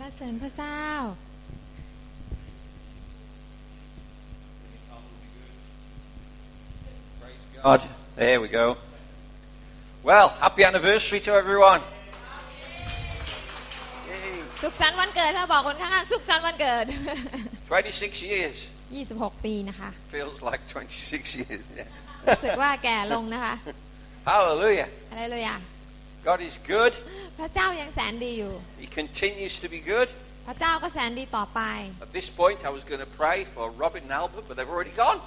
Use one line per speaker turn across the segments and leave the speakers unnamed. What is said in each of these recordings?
รเสริญพระเจ้า
God. There we go. Well, happy anniversary to everyone.
สุขสันต์วันเกิดถ้าบอกคนข้างๆสุขสันต์วันเกิด
26 years.
26 ปีนะคะ
Feels like 26 years. Yeah.
รู้สึก ว่าแก่ลงนะคะ
Hallelujah.
อะไรเลยอ่ะ
God is good.
พระเจ้ายังแสนดีอยู่
He continues to be good.
พระเจ้าก็แสนดีต่อไป
At this point, I was going to pray for Robin and Albert, but they've already gone.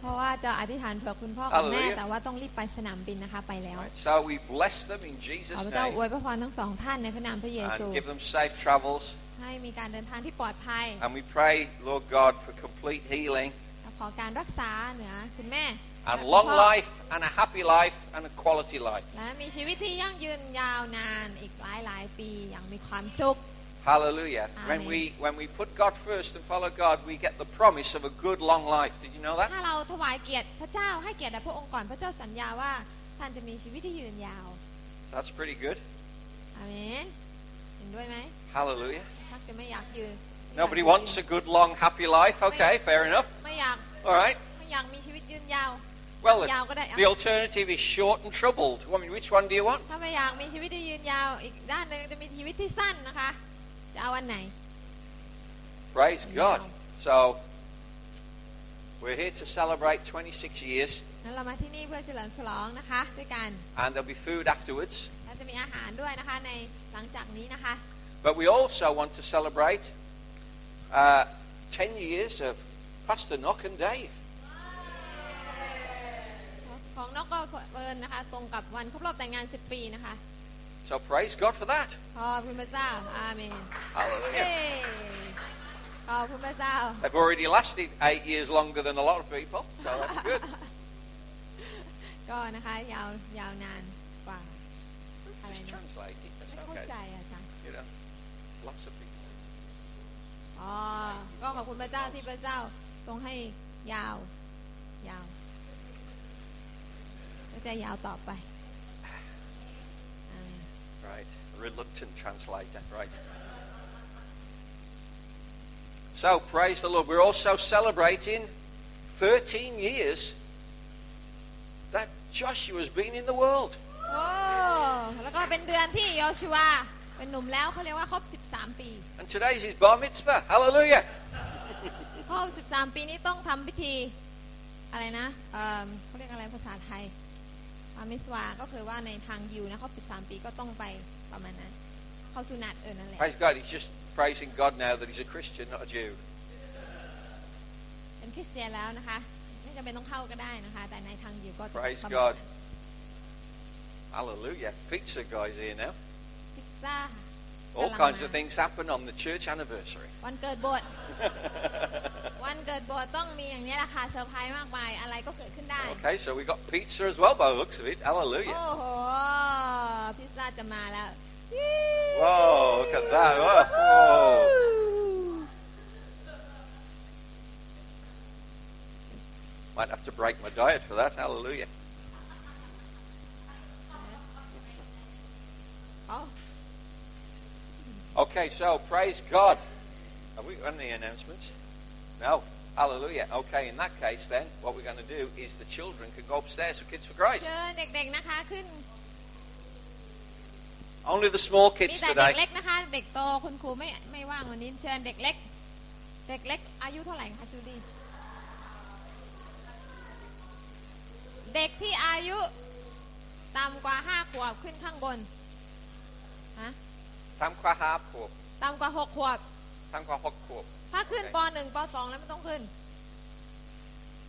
เพราะว่าจะอธิษฐานเผื่อคุณพ่อคุณแม่
Hallelujah.
แต่ว่าต้องรีบไปสนามบินนะคะไปแล้ว
So we bless them in
ขอ
Jesus'
พระเจ้าอว
name
ยพระพรทั้งสองท่านในพระนามพระเยซู
and give them safe travels.
ให้มีการเดินทางที่ปลอดภัย
And we pray, Lord God, for complete healing
ขอการรักษาเหนือคุณแม่
and
และคุณ
long
พ่อ
life and a happy life and a quality life.
และมีชีวิตที่ยั่งยืนยาวนานอีกหลายหลายๆปีอย่างมีความสุข
Hallelujah.
Amen.
When we when we put God first and follow God, we get the promise of a good long life. Did you know that?
ถ้าเราถวายเกียรติพระเจ้าให้เกียรติแด่พระองค์ก่อนพระเจ้าสัญญาว่าท่านจะมีชีวิตที่ยืนยาว
That's pretty good.
อาเมนเห็นด้วยไหม
Hallelujah.
ถ้าจะไม่อยากยืน
Nobody wants a good long happy life. Okay, fair enough.
ไม่อยาก
All right.
ไม่อยากมีชีวิตยืนยาว
Well,
Yeah,
the,
what I-
the alternative is short and troubled. I mean, which one do you want?
ถ้าไม่อยากมีชีวิตที่ยืนยาว อีกด้านหนึ่งจะมีชีวิตที่สั้นนะคะ จะเอาอันไหน
Praise
Yeah.
God. So we're here to celebrate 26 years,
นั้นเรามาที่นี่เพื่อเฉลิมฉลองนะคะ ด้วยกัน
and there'll be food afterwards.
และจะมีอาหารด้วยนะคะในหลังจากนี้นะคะ
But we also want to celebrate uh, 10 years of Pastor Nock and Dave.
ของนกก็เอิญนะคะ ตรงกับวันครบรอบแต่งงาน 10 ปีนะคะ
So praise God for that.
ขอบคุณพระเจ้า อาเมน
Hallelujah.
เย้ขอบคุณพระเจ้า
They've already lasted eight years longer than a lot of people, so that's good.
ก็นะคะยาวยาวนานกว่า อะไร
Just
นะ
translate it.
ไม่
That's
เข้า
okay.
ใจอะจ้ะ
You know, lots of people.
อ๋อ ก็ขอบคุณพระเจ้าที่พระเจ้าทรงให้ยาว ยาว ก็จะยาวต่อไปอ่า
Right, reluctant translator. Right. So praise the Lord. We're also celebrating 13 years that Joshua's been in the world.
โอ้แล้วก็เป็นเดือนที่โยชัวเป็นหนุ่มแล้วเขาเรียกว่าครบ 13 ปี
And today's his bar mitzvah. Hallelujah.
ครบ 13 ปีนี้ต้องทำพิธีอะไรนะเอิ่มเขาเรียกอะไรภาษาไทยปามิสวา ก็คือว่าในทางยิวนะครบ 13 ปีก็ต้องไปประมาณนั้น เข้าสุนัตเออนั่นแหละ
Praise God. He's just praising God now that he's a Christian, not a Jew.
เป็นคริสเตียนแล้วนะคะ ไม่จำเป็นต้องเข้าก็ได้นะคะ แต่ในทางยิวก็
Praise
ประมาณ
God.
นั้น
Hallelujah. Pizza guy's here now.
พิซซ่า
All
กำลัง
kinds
มา
of things happen on the church anniversary.
วันเกิดโบ สถ์ วันเกิดโบสถ์ต้องมีอย่างนี้แหละค่ะเซอร์ไพรส์มากมายอะไรก็เกิดขึ้นได้
Okay, so we got pizza as well by the looks of it. Hallelujah.
โอ้โห พิซซ่าจะมาแล้ว
Whoa, look at that. Whoa.
ว
Might have to break my diet for that. Hallelujah.
เอา
Okay, so praise God. Have we got any announcements? No. Hallelujah. Okay, in that case, then, what we're going to do is the children can go upstairs for Kids for Christ.
เชิญเด็กๆนะคะขึ้น
Only the small
มี
kids
แต่เด็
today.
กเล็กนะคะ เด็กโตคุณครูไม่ไม่ว่างวันนี้เชิญเด็กเล็ก เด็กเล็ก อายุเท่าไหร่คะจูดี้เด็กที่อายุต่ำกว่าห้าขวบขึ้นข้างบนฮะ
Tam kwa hap kwab.
ต่ำกว่าหกขวบ
Tam kwa hok kwab.
ถ้าขึ้นปหนึ่งปสองแล้วไม่ต้องขึ้น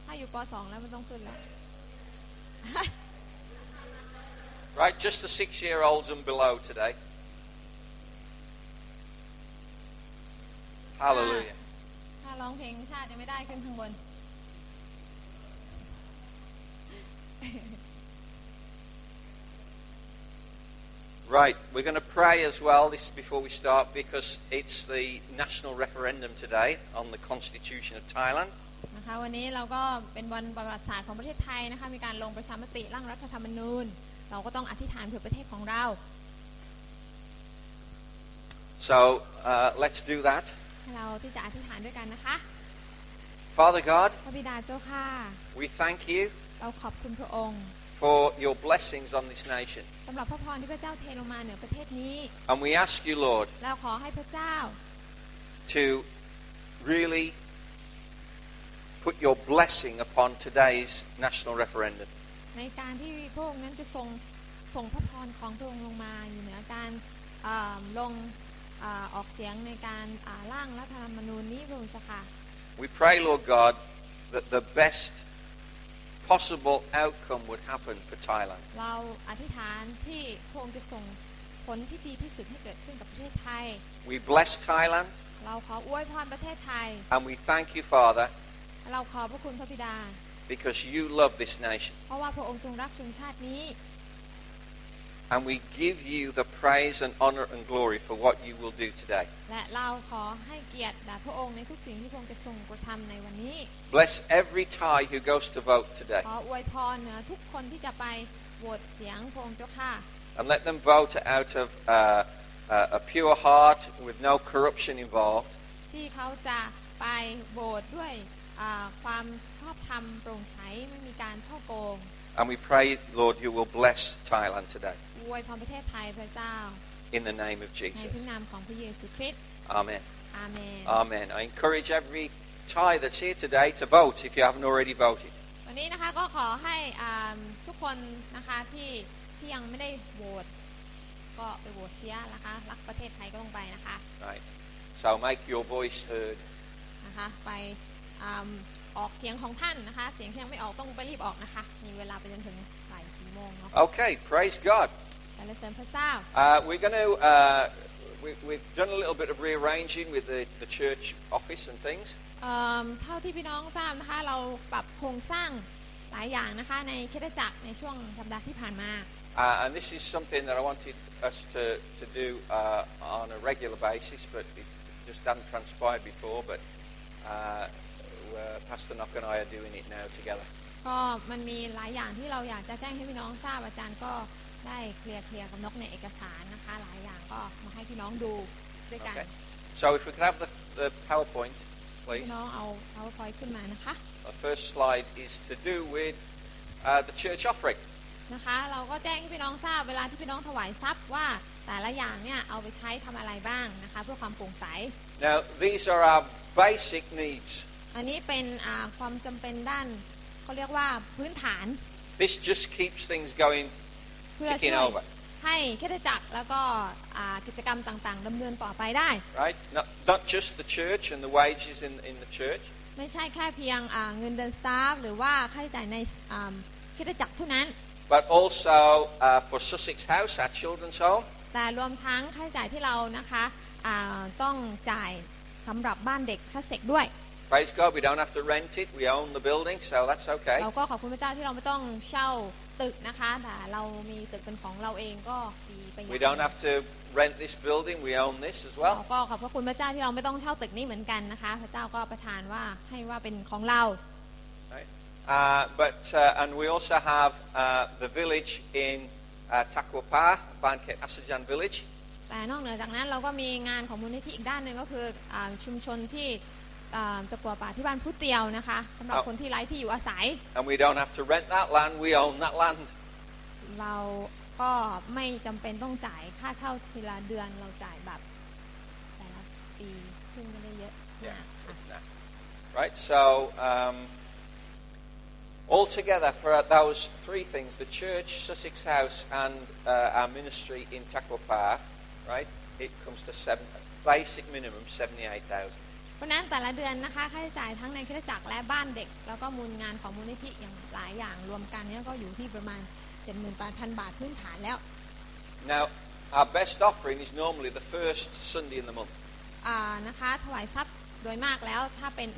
ถ้าอยู่ปสองแล้วไม่ต้องขึ้นแล้ว
Right, just the six year olds and below today. Hallelujah.
ถ้าร้องเพลงชาติยังไม่ได้ขึ้นข้างบน
Right, we're going to pray as well this before we start because it's the national referendum today on the constitution of Thailand.
นะคะวันนี้เราก็เป็นวันประวัติศาสตร์ของประเทศไทยนะคะมีการลงประชามติร่างรัฐธรรมนูญ เราก็ต้องอธิษฐานเผื่อประเทศของเรา
So uh, let's do that.
ให้เราที่จะอธิษฐานด้วยกันนะคะ
Father God,
พระบิดาเจ้าค่ะ
we thank you
เราขอบคุณพระองค์
for your blessings on this nation.
สำหรับพระพรที่พระเจ้าเทลงมาเหนือประเทศนี้
And we ask you, Lord,
เราขอให้พระเจ้า
to really put your blessing upon today's national referendum.
ในการที่พระองค์นั้นจะทรงส่งพระพรของพระองค์ลงมาอยู่เหนือการเอ่อลงเอ่อออกเสียงในการอ่าร่างรัฐธรรมนูญนี้พระองค์เจ้าค่ะ
We pray, Lord God, that the best possible outcome would happen for Thailand.
เราอธิษฐานที่พระองค์จะส่งผลที่ดีที่สุดให้เกิดขึ้นกับประเทศไทย
We bless Thailand
เราขออวยพรประเทศไทย
and we thank you, Father,
เราขอบพระคุณพระบิดา
because you love this nation.
เพราะว่าพระองค์ทรงรักชนชาตินี้
And we give you the praise and honor and glory for what you will do today.
และเราขอให้เกียรติแด่พระองค์ในทุกสิ่งที่พระองค์จะทรงกระทำในวันนี้
Bless every Thai who goes to vote today
ขออวยพรเหนือทุกคนที่จะไปโหวตเสียงพระองค์เจ้าค่ะ
and let them vote out of uh, uh, a pure heart with no corruption involved.
ที่เขาจะไปโหวตด้วยอ่าความชอบธรรมโปร่งใสไม่มีการช่อโกง
And we pray, Lord, you will bless Thailand today
อวยพรประเทศไทยพระเจ้า
in the name of
ใน
Jesus.
พระนามของพระเยซูคริสต์
Amen.
อาเมน
Amen. I encourage every Thai that's here today to vote if you haven't already voted.
วันนี้นะคะก็ขอให้อ่าทุกคนนะคะที่ที่ยังไม่ได้โหวตก็ไปโหวตเสียนะคะ รักประเทศไทยก็ลงไปนะคะ
Right. So make your voice heard.
นะคะไปอืมออกเสียงของท่านนะคะ เสียงที่ยังไม่ออกต้องไปรีบออกนะคะ มีเวลาไปจนถึงบ่ายสี่โมงเนาะ
Okay. Praise God.
สรรเสริญพระเจ้า
Uh, we're going to. Uh, we, we've done a little bit of rearranging with the, the church office and things.
เอิ่มเท่าที่พี่น้องทราบนะคะ เราปรับโครงสร้างหลายอย่างนะคะ ในคริดจักรในช่วงสัปดาห์ที่ผ่านมา
Uh, and this is something that I wanted us to, to do uh, on a regular basis, but it just hadn't transpired before. But uh, uh, Pastor Knock and I are doing it now together.
ก็มันมีหลายอย่างที่เราอยากจะแจ้งให้พี่น้องทราบอาจารย์ก็ได้เคลียร์เคลียร์กับนกในเอกสารนะคะ หลายอย่างก็มาให้พี่น้องดูด้วยกัน
Okay. So if we could have the, the PowerPoint, please.
พี่น้องเอา powerpoint ขึ้นมานะคะ
The first slide is to do with uh, the church offering.
นะคะ เราก็แจ้งให้พี่น้องทราบเวลาที่พี่น้องถวายทรัพย์ว่าแต่ละอย่างเนี่ยเอาไปใช้ทำอะไรบ้างนะคะ เพื่อความโปร่งใส
Now, these are our basic needs.
อันนี้เป็นอ่าความจำเป็นด้านเขาเรียกว่าพื้นฐาน
This just keeps things going
เพื่อช่
ticking
วย
over,
ให้คริดจักรแล้วก็อ่ากิจกรรมต่างๆดำเนินต่อไปได้
right? Not, not just the church and the wages in, in the church,
ไม่ใช่แค่เพียงอ่าเงินเดือนสตาฟหรือว่าค่าใช้จ่ายในอ่าคริดจักรเท่านั้น
but also uh, for Sussex House, our children's home,
แต่รวมทั้งค่าใช้จ่ายที่เรานะคะอ่าต้องจ่ายสำหรับบ้านเด็กซัสเซกด้วย
Praise God, we don't have to rent it. We own the building, so that's okay.
เราก็ขอบคุณพระเจ้าที่เราไม่ต้องเช่าตึกนะคะแต่เรามีตึกเป็นของเราเองก็ดีไปอย่า
We
ง
don't have to rent this building. We own this as
เรา
well.
ก็ขอบพระคุณพระเจ้าที่เราไม่ต้องเช่าตึกนี้เหมือนกันนะคะ พระเจ้าก็ประทานว่าให้ว่าเป็นของเรา
Right? Uh, but uh, and we also have uh, the village in uh, Takwapa, Banket Asajan village,
แต่นอกเหนือจากนั้นเราก็มีงานของมูลนิธิอีกด้านหนึ่งก็คืออ่าชุมชนที่อ่าตะกัวป่าที่บ้านผู้เตียวนะคะสำหรับ
ครับ
คนที่ไร้ที่อยู่อาศัย
and we don't have to rent that land. We own that land.
เราก็ไม่จำเป็นต้องจ่ายค่าเช่าทีละเดือนเราจ่ายแบบแต่ละปีขึ้นไม่ได้เยอะมากค่ะ
Right. So um, altogether, for those three things, the church, Sussex House, and uh, our ministry in Takwapa, right, it comes to seven, basic minimum seventy-eight thousand.
เพราะฉะนั้นแต่ละเดือนนะคะค่าใช้จ่ายทั้งในคริสตจักรและบ้านเด็ก แล้วก็มูลงานของมูลนิธิอย่างหลายอย่างรวมกันเนี่ยก็อยู่ที่ประมาณ 78,000 บาทพื้นฐานแล้ว
Now, our best offering is normally the first Sunday in the month.
อ่านะคะถวายทรัพย์โดยมากแล้วถ้าเป็น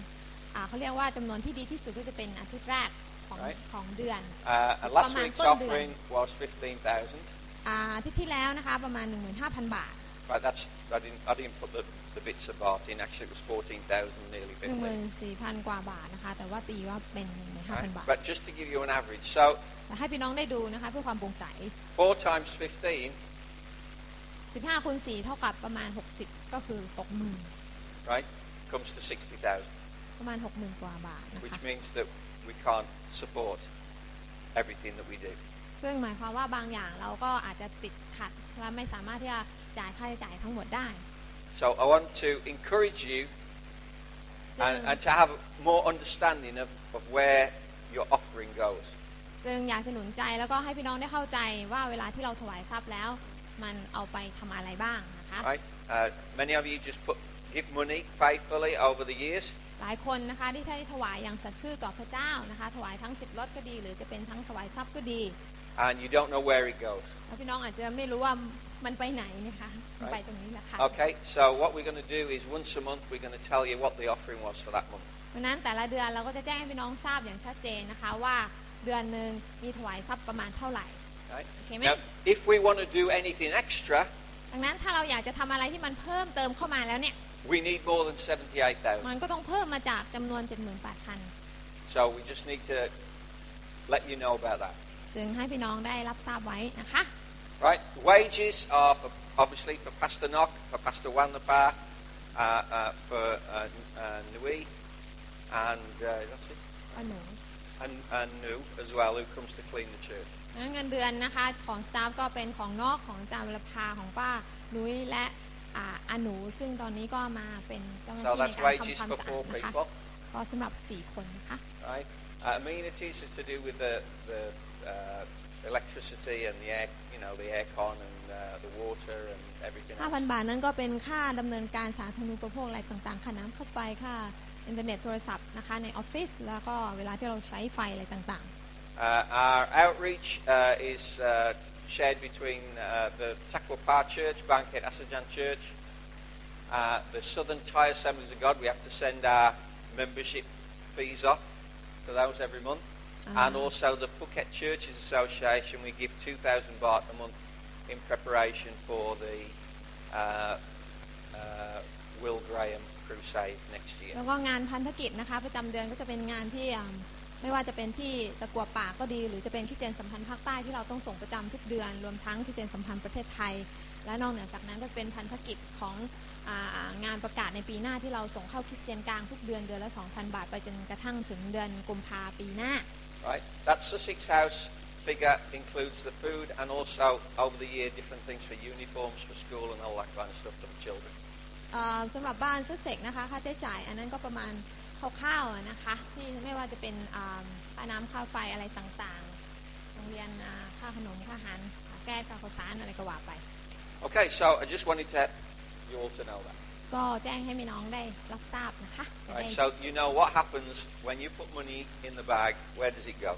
อ่าเขาเรียกว่าจำนวนที่ดีที่สุดก็จะเป็นอาทิตย์แรกของ
Right.
ของเดือน
Uh, and last
Superman
week's
Thunder.
offering was fifteen thousand,
อาอาทิตย์ที่แล้วนะคะประมาณ 15,000 บาท
but that's I didn't I didn't put the, the bits of art in. Actually, it was fourteen thousand, nearly fifteen.
14,000 กว่าบาทนะคะ แต่ว่าตีว่าเป็น
Right?
15,000 บาท
But just to give you an average, so
แต่ให้พี่น้องได้ดูนะคะเพื่อความโปร่งใส
four times fifteen
15คูณ4เท่ากับประมาณ 60 ก็คือ60,000
right? Comes to 60,000,
ประมาณ 60,000 กว่าบาทนะ
which
คะ
means that we can't support everything that we do.
ซึ่งหมายความว่าบางอย่างเราก็อาจจะติดขัดและไม่สามารถที่จะจ่ายค่าใช้จ่ายทั้งหมดได้
So I want to encourage you and,
Yeah.
and to have more understanding of, of where your offering goes.
ซึ่งอยากจะหนุนใจแล้วก็ให้พี่น้องได้เข้าใจว่าเวลาที่เราถวายทรัพย์แล้ว มันเอาไปทำอะไรบ้างนะคะ
Right? Uh, many of you just put give money faithfully over the years,
หลายคนนะคะที่ได้ถวายอย่างสัตย์ซื่อต่อพระเจ้านะคะ ถวายทั้งสิบรถก็ดี หรือจะเป็นทั้งถวายทรัพย์ก็ดี
and you don't know where it goes.
แล้วพี่น้องอาจจะไม่รู้ว่ามันไปไหนนะคะมันไปตรงนี้แหละค่ะ
Okay, so what we're going to do is once a month we're going to tell you what the offering was for that month.
ดังนั้นแต่ละเดือนเราก็จะแจ้งให้พี่น้องทราบอย่างชัดเจนนะคะว่าเดือนหนึ่งมีถวายทรัพย์ประมาณเท่าไหร่
Right?
Okay,
now,
mate.
if we want to do anything extra,
ดังนั้นถ้าเราอยากจะทำอะไรที่มันเพิ่มเติมเข้ามาแล้วเนี่ย
we need more than 78,000.
มันก็ต้องเพิ่มมาจากจำนวน 78,000
So we just need to let you know about that.
จึงให้พี่น้องได้รับทราบไว้นะคะ
Right, wages are for, obviously for Pastor Nock, for Pastor Wanapa, uh, uh, for uh, uh, Nui, and uh, that's it,
ป้าหนู
and, and Nu as well, who comes to clean the church.
งั้นเงินเดือนนะคะของสตาฟก็เป็นของนอกของจามรพาของป้านุ้ยและอาอาหนู ซึ่งตอนนี้ก็มาเป็นเจ้าหน้า
So
ที่ใน
that's
การทำค
wages
วาม
for
สะอาด
four
นะคะ
people.
ก็สำหรับ 4 คนนะคะ
Right, uh, amenities is to do with the, the uh, electricity and the air, you know, the aircon and uh, the water and everything. Else.
5,000 บาทนั้นก็เป็นค่าดำเนินการสาธารณูปโภคอะไรต่างๆ ค่าน้ำค่าไฟ ค่าอินเทอร์เน็ตโทรศัพท์นะคะในออฟฟิศแล้วก็เวลาที่เราใช้ไฟอะไรต่าง
Uh, our outreach uh, is uh, shared between uh, the Takwapa Church, Bangkok Asajan Church, uh, the Southern Thai Assemblies of God. We have to send our membership fees off to those every month. And also the Phuket Churches Association, we give 2,000 baht a month in preparation for the uh, uh, Will Graham Crusade next
ๆ
year.
แล้วก็งานพันธกิจนะคะประจำเดือนก็จะเป็นงานที่อ่าไม่ว่าจะเป็นที่ตะกัวป่าก็ดี หรือจะเป็นที่เจนสัมพันธ์ภาคใต้ที่เราต้องส่งประจำทุกเดือนรวมทั้งที่เจนสัมพันธ์ประเทศไทย และนอกเหนือจากนั้นก็เป็นพันธกิจของอ่างานประกาศในปีหน้าที่เราส่งเข้าคริสเตียนกลางทุกเดือนเดือนละ2,000 บาทไปจนกระทั่งถึงเดือนกุมภาปีหน้า
Right. That Sussex House figure includes the food and also over the year different things for uniforms for school and all that kind of stuff for the children.
เอ่อสำหรับบ้านซื้อเสกนะคะค่าใช้จ่ายอันนั้นก็ประมาณคร่าวๆอะนะคะ ที่ไม่ว่าจะเป็นอ่าค่าน้ำค่าไฟอะไรต่างๆ โรงเรียนอ่าค่าขนมค่าอาหารค่าแก้ค่าข้าวสารอะไรก็ว่าไป
Okay, so I just wanted to you all to know that.
ก็แจ้งให้พี่น้องได้รับทราบนะคะจะ
Right.
ได้
So you know what happens when you put money in the bag. Where does it go?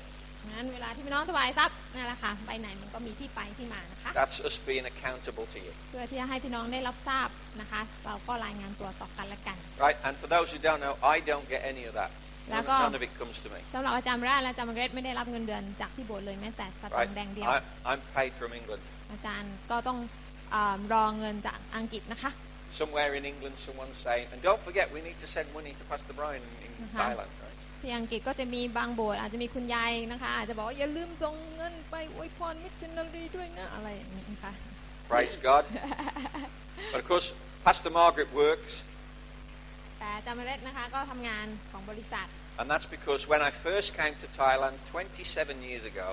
งั้นเวลาที่พี่น้องถวายทรัพย์นั่นแหละค่ะไปไหนมันก็มีที่ไปที่มานะคะ
That's us being accountable to you.
เพื่อที่จะให้พี่น้องได้รับทราบนะคะ เราก็รายงานตัวต่อกันและกัน
Right. And for those who don't know, I don't get any of that. None,
D'accord.
none of it comes to me.
สำหรับอาจารย์แรกและอาจารย์มาร์เกรตไม่ได้รับเงินเดือนจากที่โบสถ์เลยแม้แต่สตา
Right.
งค์แดงเดียว
I, I'm paid from England.
อาจารย์ก็ต้องอารอเงินจากอังกฤษนะคะ
Somewhere in England, someone's saying, and don't forget, we need to send money to Pastor Brian in, in
Uh-huh.
Thailand. Right.
ที่อังกฤษก็จะมีบางโบสถ์อาจจะมีคุณยายนะคะ อาจจะบอกว่าอย่าลืมส่งเงินไปอวยพรมิชชันนารีด้วยนะอะไรอย่างนี้นะคะ
Praise God. but of course, Pastor Margaret works,
แต่อาจารย์เมเล็ดนะคะก็ทำงานของบริษัท
and that's because when I first came to Thailand 27 years ago,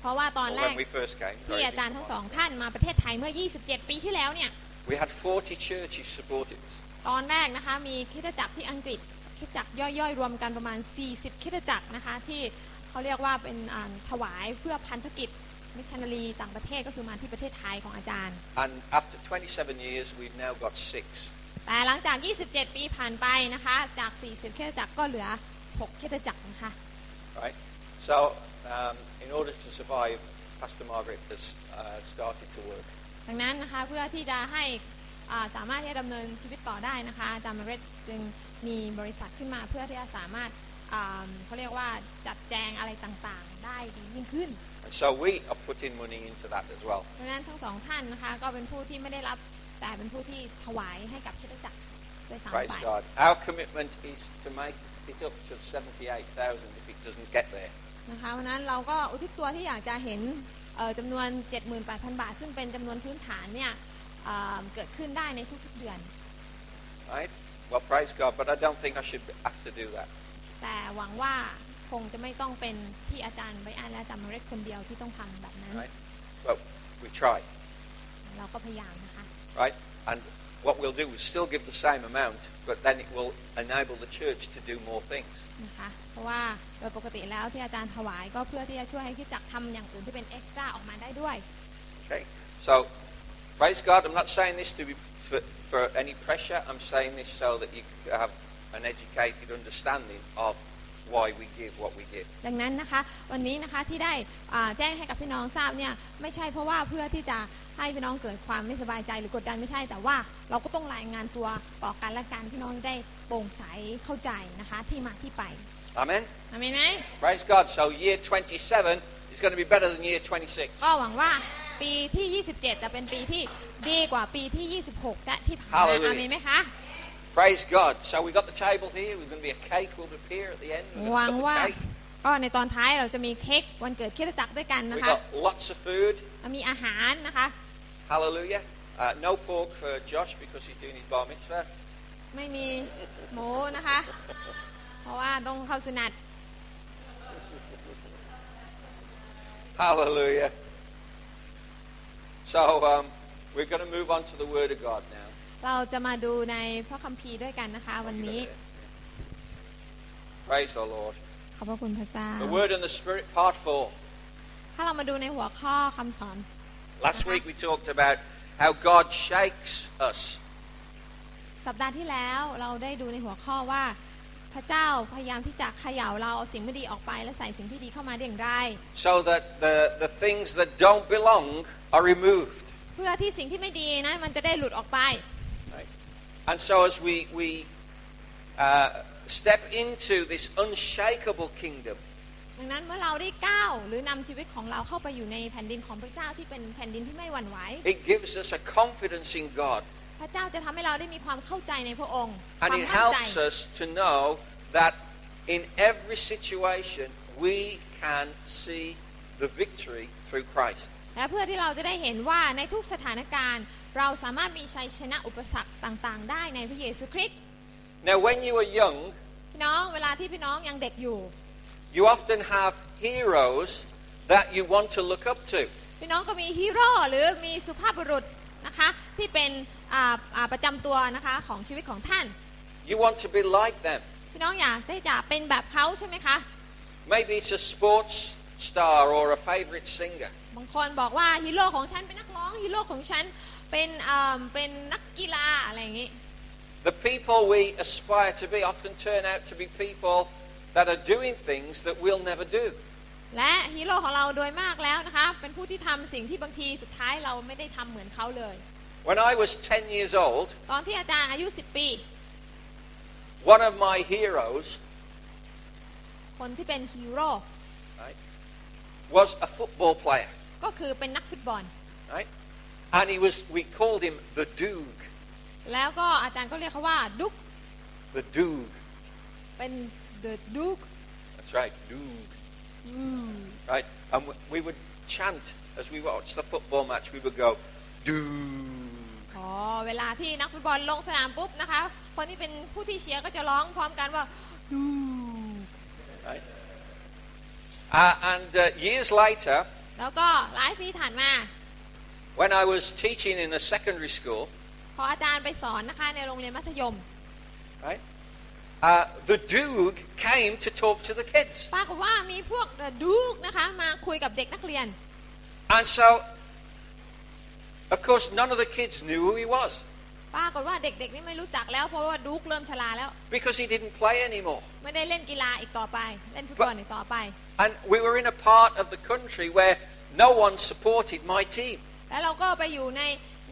เพราะว่าตอน
or
แรก
when we first came,
ที่
sorry,
อาจารย์ทั้งสอง
before.
ท่านมาประเทศไทยเมื่อ 27 ปีที่แล้วเนี่ย
we had 40 churches supporting us.
ตอนแรกนะคะมีคริดจักรที่อังกฤษคริดจักรย่อยๆ รวมกันประมาณ 40คริดจักรนะคะที่เขาเรียกว่าเป็นอ่าถวายเพื่อพันธกิจมิชชันนารีต่างประเทศก็คือมาที่ประเทศไทยของอาจารย์
And after 27 years, we've now got six.
แต่หลังจาก 27 ปีผ่านไปนะคะ จาก 40เคสจักรก็เหลือ 6เคสจักรนะคะ
Right. So, um, in order to survive, Pastor Margaret has uh, started to work.
ดังนั้นนะคะเพื่อที่จะให้อ่าสามารถที่จะดำเนินชีวิตต่อได้นะคะอาจารย์มาเรตจึงมีบริษัทขึ้นมาเพื่อที่จะสามารถอ่าเขาเรียกว่าจัดแจงอะไรต่างๆ ได้ดียิ่งขึ้น
And so we are putting money into that as well.
ดังนั้นทั้งสองท่านนะคะก็เป็นผู้ที่ไม่ได้รับแต่เป็นผู้ที่ถวายให้กับเคสจักรโดยสาม
Praise
ฝ่าย
God. Our commitment is to make it up to 78,000 if it doesn't get there.
นะคะวันนั้นเราก็อุทิศตัวที่อยากจะเห็นเอ่อจำนวน 78,000 บาท ซึ่งเป็นจำนวนพื้นฐานเนี่ย เอิ่มเกิดขึ้นได้ในทุกๆเดือน
Right? Well, praise God, but I don't think I should have to do that.
แต่หวังว่าคงจะไม่ต้องเป็นที่อาจารย์ไบรอันและอาจารย์เมเรตคนเดียวที่ต้องทำแบบนั้น
Right? But we try.
เราก็พยายามนะคะ
Right? And what we'll do is still give the same amount, but then it will enable the church to do more things.
นะคะ เพราะว่าโดยปกติแล้วที่อาจารย์ถวายก็เพื่อที่จะช่วยให้คริดจักรทำอย่างอื่นที่เป็นเอ็กซ์ตร้าออกมาได้ด้วย
Okay? So, praise God. I'm not saying this to be for, for any pressure. I'm saying this so that you have an educated understanding of why we give what we give.
ดังนั้นนะคะ วันนี้นะคะที่ได้อ่าแจ้งให้กับพี่น้องทราบเนี่ยไม่ใช่เพราะว่าเพื่อที่จะให้พี่น้องเกิดความไม่สบายใจหรือกดดันไม่ใช่ แต่ว่าเราก็ต้องรายงานตัวต่อกันและกันพี่น้องได้โปร่งใสเข้าใจนะคะที่มาที่ไป
Amen?
อาเมนไหม
Praise God. So, year 27 is going to be better than year 26.
ก็หวังว่าปีที่ 27 จะเป็นปีที่ดีกว่าปีที่ 26และที่ผ่านมา
Hallelujah.
อาเมนไหมคะ
Praise God. So we've got the table here. We're going to be a cake will appear at the end. We're
หวัง
going to
ว่า
cut the cake.
ก็ในตอนท้ายเราจะมีเค้กวันเกิดคริดจักรด้วยกันนะ
We've
คะ
got lots of food.
มีอาหารนะคะ
Hallelujah. Uh, no pork for Josh because he's doing his bar mitzvah.
ไม่มีหมูนะคะ เพราะว่าต้องเข้าสุนัต
Hallelujah. So um, we're going to move on to the Word of God now.
เราจะมาดูในพระคัมภีร์ด้วยกันนะคะ วันนี้
Praise the Lord.
ขอบพระคุณพระเจ้า
The Word and the Spirit, Part 4.
ถ้าเรามาดูในหัวข้อคำสอน
Last week we talked about how God shakes us.
สัปดาห์ที่แล้วเราได้ดูในหัวข้อว่า พระเจ้าพยายามที่จะเขย่าเราเอาสิ่งไม่ดีออกไปและใส่สิ่งที่ดีเข้ามาได้อย่างไร
so that the, the things that don't belong are removed.
เพื่อที่สิ่งที่ไม่ดีนะมันจะได้หลุดออกไป
Right? And so as we, we uh, step into this unshakable kingdom,
ดังนั้นเมื่อเราได้ก้าวหรือนำชีวิตของเราเข้าไปอยู่ในแผ่นดินของพระเจ้าที่เป็นแผ่นดินที่ไม่หวั่นไหว
it gives us a confidence in God
พระเจ้าจะทำให้เราได้มีความเข้าใจในพระองค์ค
and
วาม
it
มั่นใจ
helps us to know that in every situation we can see the victory through Christ.
และเพื่อที่เราจะได้เห็นว่าในทุกสถานการณ์ เราสามารถมีชัยชนะอุปสรรคต่างๆ ได้ในพระเยซูคริสต์
Now when you are young,
พี่น้องเวลาที่พี่น้องยังเด็กอยู่
you often have heroes that you want to look up to.
พี่น้องก็มีฮีโร่หรือมีสุภาพบุรุษนะคะที่เป็นอ่าอ่าประจำตัวนะคะของชีวิตของท่าน
You want to be like them.
พี่น้องอยากได้จะเป็นแบบเขาใช่ไหมคะ
Maybe it's a sports star or a favourite singer.
บางคนบอกว่าฮีโร่ของฉันเป็นนักร้องฮีโร่ของฉันเป็นอ่าเป็นนักกีฬาอะไรอย่างนี้
The people we aspire to be often turn out to be people that are doing things that we'll never do.
และฮีโร่ของเราโดยมากแล้วนะคะ เป็นผู้ที่ทำสิ่งที่บางทีสุดท้ายเราไม่ได้ทำเหมือนเขาเลย
When I was 10 years old,
ตอนที่อาจารย์อายุ 10 ปี
one of my heroes
คนที่เป็นฮีโร่
right, was a football player.
ก็คือเป็นนักฟุตบอล
Right? And he was, we called him the Doog.
แล้วก็อาจารย์ก็เรียกเขาว่าดุก
The Doog.
เป็นเดอะดุก
That's right, Doog. Right? And we- we would chant as we watched the football match, we would go, Doog.
อ๋อเวลาที่นักฟุตบอลลงสนามปุ๊บนะคะ คนที่เป็นผู้ที่เชียร์ก็จะร้องพร้อมกันว่าดูก
Right? Uh, and uh, years later,
แล้วก็หลายปีผ่านมา
when I was teaching in a secondary school,
พออาจารย์ไปสอนนะคะในโรงเรียนมัธยม
right, uh, the Doog came to talk to the kids.
ปรากฏว่ามีพวกเดอะดุกนะคะ มาคุยกับเด็กนักเรียน
And so, of course, none of the kids knew who he was
ปรากฏว่าเด็กๆนี่ไม่รู้จักแล้วเพราะว่าดุกเริ่มชราแล้ว
because he didn't play anymore.
ไม่ได้เล่นกีฬาอีกต่อไป เล่นฟุตบอลอีกต่อไป
And we were in a part of the country where no one supported my team.
แล้วเราก็ไปอยู่ใน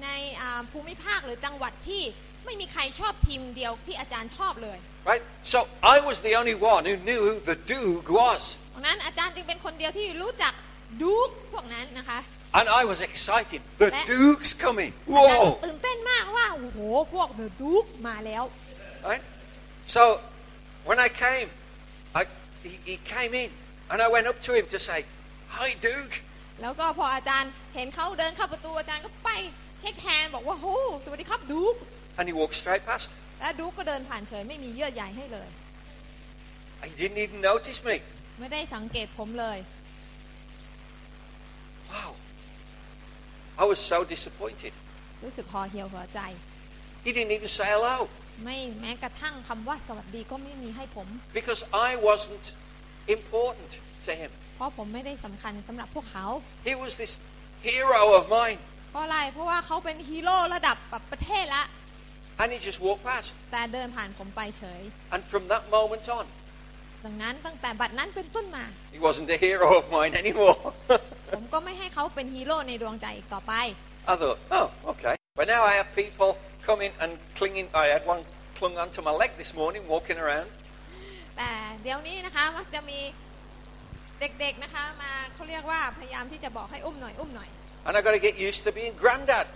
ในอ่าภูมิภาคหรือจังหวัดที่ไม่มีใครชอบทีมเดียวที่อาจารย์ชอบเลย
Right? So I was the only one who knew who the Doog was.
ดังนั้นอาจารย์จึงเป็นคนเดียวที่รู้จักดูกพวกนั้นนะคะ
And I was excited. The
That-
Doog's coming.
อาจารย์
Whoa!
ตื่นเต้นมากว่าโอ้โหพวกเดอะดูกมาแล้ว
Right? So when I came, I, he, he came in and I went up to him to say, Hi, Duke.
แล้วก็พออาจารย์เห็นเขาเดินเข้าประตูอาจารย์ก็ไป เช็คแฮนด์บอกว่าโอ้สวัสดีครับดูก
And he walked straight past.
แล้วดูกก็เดินผ่านเฉยไม่มีเยื่อใยให้เลย
He didn't even notice me.
ไม่ได้สังเกตผมเลย
Wow. I was so disappointed.
รู้สึกห่อเหี่ยวหัวใจ
He didn't even say hello
ไม่แม้กระทั่งคำว่าสวัสดีก็ไม่มีให้ผม
because I wasn't important to him.
เพราะผมไม่ได้สำคัญสำหรับพวกเขา
He was this hero of mine
เพราะอะไรเพราะว่าเขาเป็นฮีโร่ระดับแบบประเทศละ
and he just walked past.
แต่เดินผ่านผมไปเฉย
And from that moment on,
ดังนั้นตั้งแต่บัดนั้นเป็นต้นมา
he wasn't a hero of mine anymore.
ผมก็ไม่ให้เขาเป็นฮีโร่ในดวงใจอีกต่อไป
I thought, oh, okay. But now I have people coming and clinging. I had one clung onto my leg this morning, walking around.
แต่เดี๋ยวนี้นะคะมักจะมีเด็กๆนะคะมาเขาเรียกว่าพยายามที่จะบอกให้อุ้มหน่อยอุ้มหน่อย
And I've got to get used to being granddad.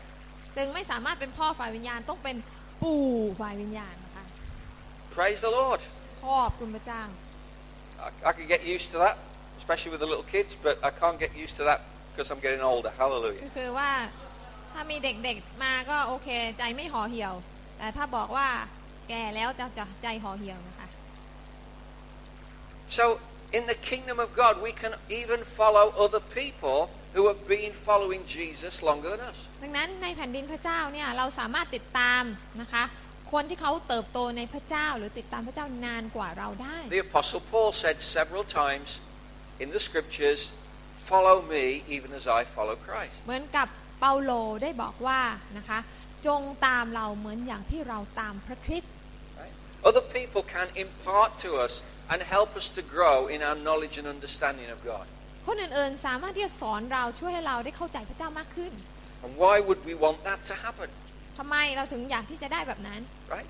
จึงไม่สามารถเป็นพ่อฝ่ายวิญญาณต้องเป็นปู่ฝ่ายวิญญาณนะคะ
Praise the Lord.
ขอบคุณพระเจ้า
I, I can get used to that, especially with the little kids, but I can't get used to that because I'm getting older.
ก็
Hallelujah.
คือว่าถ้ามีเด็กๆมาก็โอเคใจไม่ห่อเหี่ยว แต่ถ้าบอกว่าแก่แล้วจะจะใจห่อเหี่ยวนะคะ
So, in the kingdom of God, we can even follow other people who have been following Jesus longer than us.
ดังนั้นในแผ่นดินพระเจ้าเนี่ยเราสามารถติดตามนะคะ คนที่เขาเติบโตในพระเจ้าหรือติดตามพระเจ้านานกว่าเราได้
The Apostle Paul said several times in the scriptures, Follow me even as I follow Christ.
เหมือนกับเปาโลได้บอกว่านะคะ จงตามเราเหมือนอย่างที่เราตามพระคริสต์
Right? Other people can impart to us and help us to grow in our knowledge and understanding of God.
คนอื่นๆ สามารถที่จะสอนเราช่วยให้เราได้เข้าใจพระเจ้ามากขึ้น
And why would we want that to happen?
ทำไมเราถึงอยากที่จะได้แบบนั้น
Right?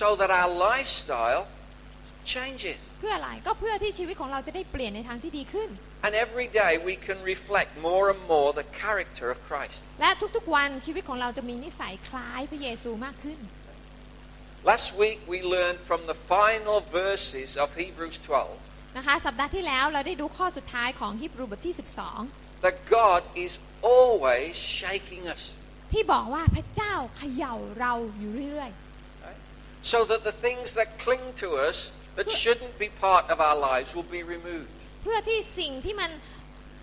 So that our lifestyle changes.
เพื่ออะไรก็เพื่อที่ชีวิตของเราจะได้เปลี่ยนในทางที่ดีขึ้น
And every day we can reflect more and more the character of Christ.
และทุกๆวันชีวิตของเราจะมีนิสัยคล้ายพระเยซูมากขึ้น
Last week we learned from the final verses of Hebrews 12
นะคะ สัปดาห์ที่แล้วเราได้ดูข้อสุดท้ายของฮิบรูบทที่
that God is always shaking us
12 ที่บอกว่าพระเจ้าเขย่าเราอยู่เรื่อย
right? so that the things that cling to us that shouldn't be part of our lives will be removed.
ๆ เพื่อที่สิ่งที่มัน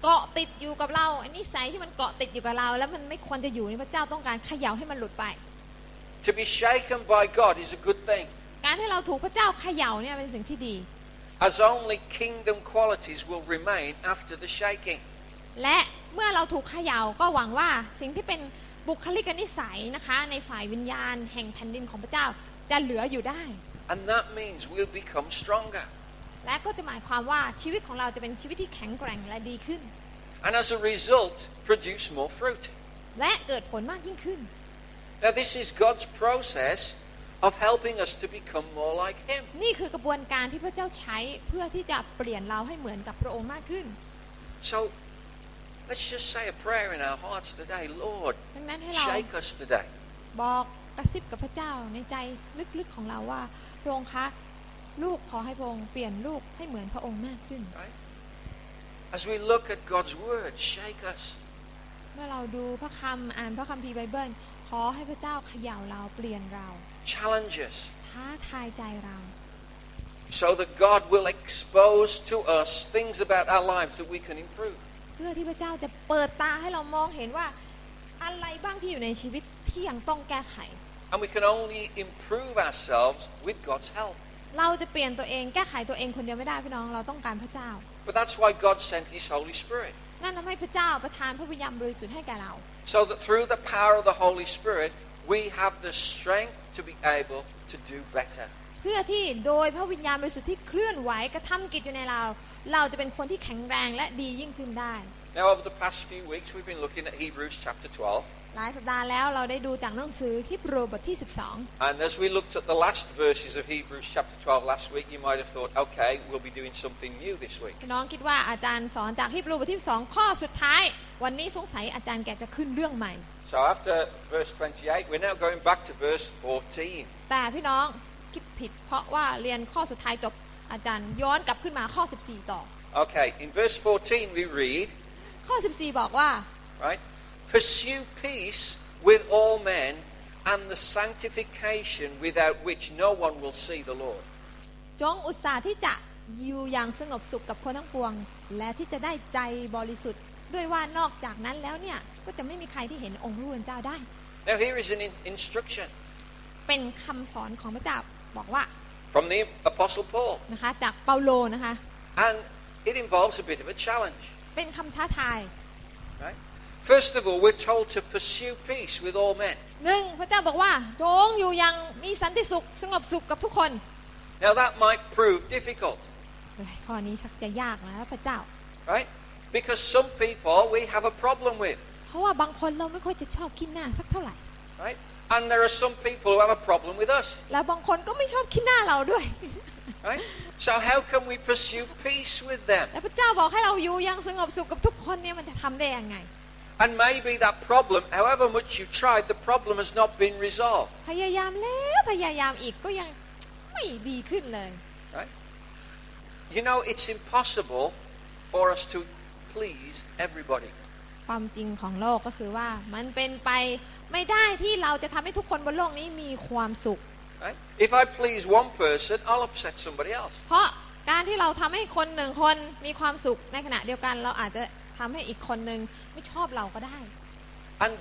เกาะติดอยู่กับเราอันนิสัยที่มันเกาะติดอยู่กับเรา แล้วมันไม่ควรจะอยู่ในพระเจ้าต้องการเขย่าให้มันหลุดไป
To be shaken by God is a good thing,
การที่เราถูกพระเจ้าเขย่าเนี่ยเป็นสิ่งที่ดี
as only kingdom qualities will remain after the shaking.
และเมื่อเราถูกเขย่าก็หวังว่าสิ่งที่เป็นบุคลิกนิสัยนะคะ ในฝ่ายวิญญาณแห่งแผ่นดินของพระเจ้าจะเหลืออยู่ได้
And that means we'll become stronger.
และก็จะหมายความว่าชีวิตของเราจะเป็นชีวิตที่แข็งแกร่งและดีขึ้น
And as a result, produce more fruit.
และเกิดผลมากยิ่งขึ้น
Now, this is God's process of helping us to become more like Him.
นี่คือกระบวนการที่พระเจ้าใช้เพื่อที่จะเปลี่ยนเราให้เหมือนกับพระองค์มากขึ้น
So, let's just say a prayer in our hearts today Lord,
ดังนั้นให้เรา
shake us today.
บอกกระซิบกับพระเจ้าในใจลึกๆของเราว่าพระองค์คะลูกขอให้พระองค์เปลี่ยนลูกให้เหมือนพระองค์มากขึ้น
Right? As we look at God's Word, shake us.
เมื่อเราดูพระคำอ่านพระคัมภีร์ไบเบิล ขอให้พระเจ้าเขย่าเราเปลี่ยนเรา
challenge us
ท้าทายใจเรา
so that God will expose to us things about our lives that we can improve.
เพื่อที่พระเจ้าจะเปิดตาให้เรามองเห็นว่า อะไรบ้างที่อยู่ในชีวิตที่ยังต้องแก้ไข
And we can only improve ourselves with God's help.
เราจะเปลี่ยนตัวเองแก้ไขตัวเองคนเดียวไม่ได้พี่น้องเราต้องการพระเจ้า
But that's why God sent His Holy Spirit,
นั่นทำให้พระเจ้าประทานพระวิญญาณบริสุทธิ์ให้แก่เรา
so that through the power of the Holy Spirit, we have the strength to be able to do better.
เพื่อที่โดยพระวิญญาณบริสุทธิ์ที่เคลื่อนไหวกระทำกิจอยู่ในเรา เราจะเป็นคนที่แข็งแรงและดียิ่งขึ้นได้
Now, over the past few weeks, we've been looking at Hebrews chapter 12.
หลายสัปดาห์แล้วเราได้ดูจากหนังสือฮิบรูบทที่ 12
And as we looked at the last verses of Hebrews chapter 12 last week, you might have thought, okay, we'll be doing something new this week.
พี่น้องคิดว่าอาจารย์สอนจากฮิบรูบทที่ 2 ข้อสุดท้าย วันนี้สงสัยอาจารย์แกจะขึ้นเรื่องใหม่
So after verse 28, we're now going back to verse 14.
แต่พี่น้องคิดผิด เพราะว่าเรียนข้อสุดท้ายจบอาจารย์ย้อนกลับขึ้นมาข้อ 14 ต่อ
Okay, in verse 14 we read,
ข้อ 14 บอกว่า
right? Pursue peace with all men and the sanctification without which no one will see the Lord.
จงอุตสาห์ที่จะอยู่อย่างสงบสุขกับคนทั้งปวง และที่จะได้ใจบริสุทธิ์ ด้วยว่านอกจากนั้นแล้วเนี่ย ก็จะไม่มีใครที่เห็นองค์พระผู้เป็นเจ้าได้
Now, here is an in- instruction
เป็นคำสอนของพระเจ้าบอกว่า
from the Apostle Paul,
นะคะจากเปาโลนะคะ
and it involves a bit of a challenge.
เป็นคำท้าทาย
Right? First of all, we're told to pursue peace with all men.
หนึ่งพระเจ้าบอกว่าจงอยู่อย่างมีสันติสุขสงบสุขกับทุกคน
Now, that might prove difficult,
เฮ้ยข้อนี้ชักจะยากนะพระเจ้า
right? Because some people we have a problem with,
เพราะว่าบางคนเราไม่ค่อยจะชอบคิดหน้าสักเท่าไหร่
right? And there are some people who have a problem with us,
แล้วบางคนก็ไม่ชอบคิดหน้าเราด้วย
right? So, how can we pursue peace with them?
แล้วพระเจ้าบอกให้เราอยู่อย่างสงบสุขกับทุกคนเนี่ยมันจะทำได้ยังไง
And maybe that problem, however much you tried, the problem has not been resolved.
พยายามแล้วพยายามอีกก็ยังไม่ดีขึ้นเลย
Right? You know, it's impossible for us to please everybody.
ความจริงของโลกก็คือว่ามันเป็นไปไม่ได้ที่เราจะทำให้ทุกคนบนโลกนี้มีความสุข
Right? If I please one person, I'll upset somebody else.
เพราะการที่เราทำให้คนหนึ่งคนมีความสุขในขณะเดียวกัน เราอาจจะทำให้อีกคนหนึ่งไม่ชอบเราก็ได้
And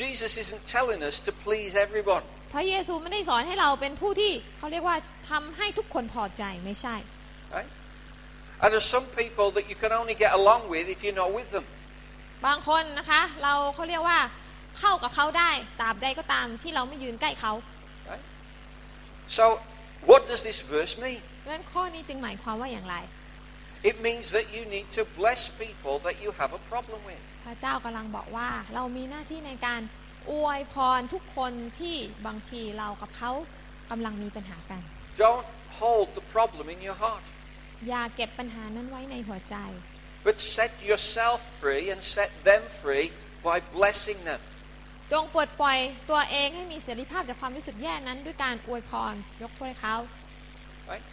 Jesus isn't telling us to please everyone.
พระเยซูไม่ได้สอนให้เราเป็นผู้ที่เขาเรียกว่าทำให้ทุกคนพอใจไม่ใช่
Right? And there's some people that you can only get along with if you're not with them.
บางคนนะคะ เราเขาเรียกว่าเข้ากับเขาได้ตราบใดก็ตามที่เราไม่ยืนใกล้เขา
Right? So, what does this verse mean?
ดังนั้นข้อนี้จึงหมายความว่าอย่างไร
It means that you need to bless people that you have a problem with.
พระเจ้ากำลังบอกว่าเรามีหน้าที่ในการอวยพรทุกคนที่บางทีเรากับเขากำลังมีปัญหากัน
Don't hold the problem in your heart,
อย่าเก็บปัญหานั้นไว้ในหัวใจ
but set yourself free and set them free by blessing them.
จงปลดปล่อยตัวเองให้มีเสรีภาพจากความรู้สึกแย่นั้นด้วยการอวยพรยกโทษให้เขา
Right?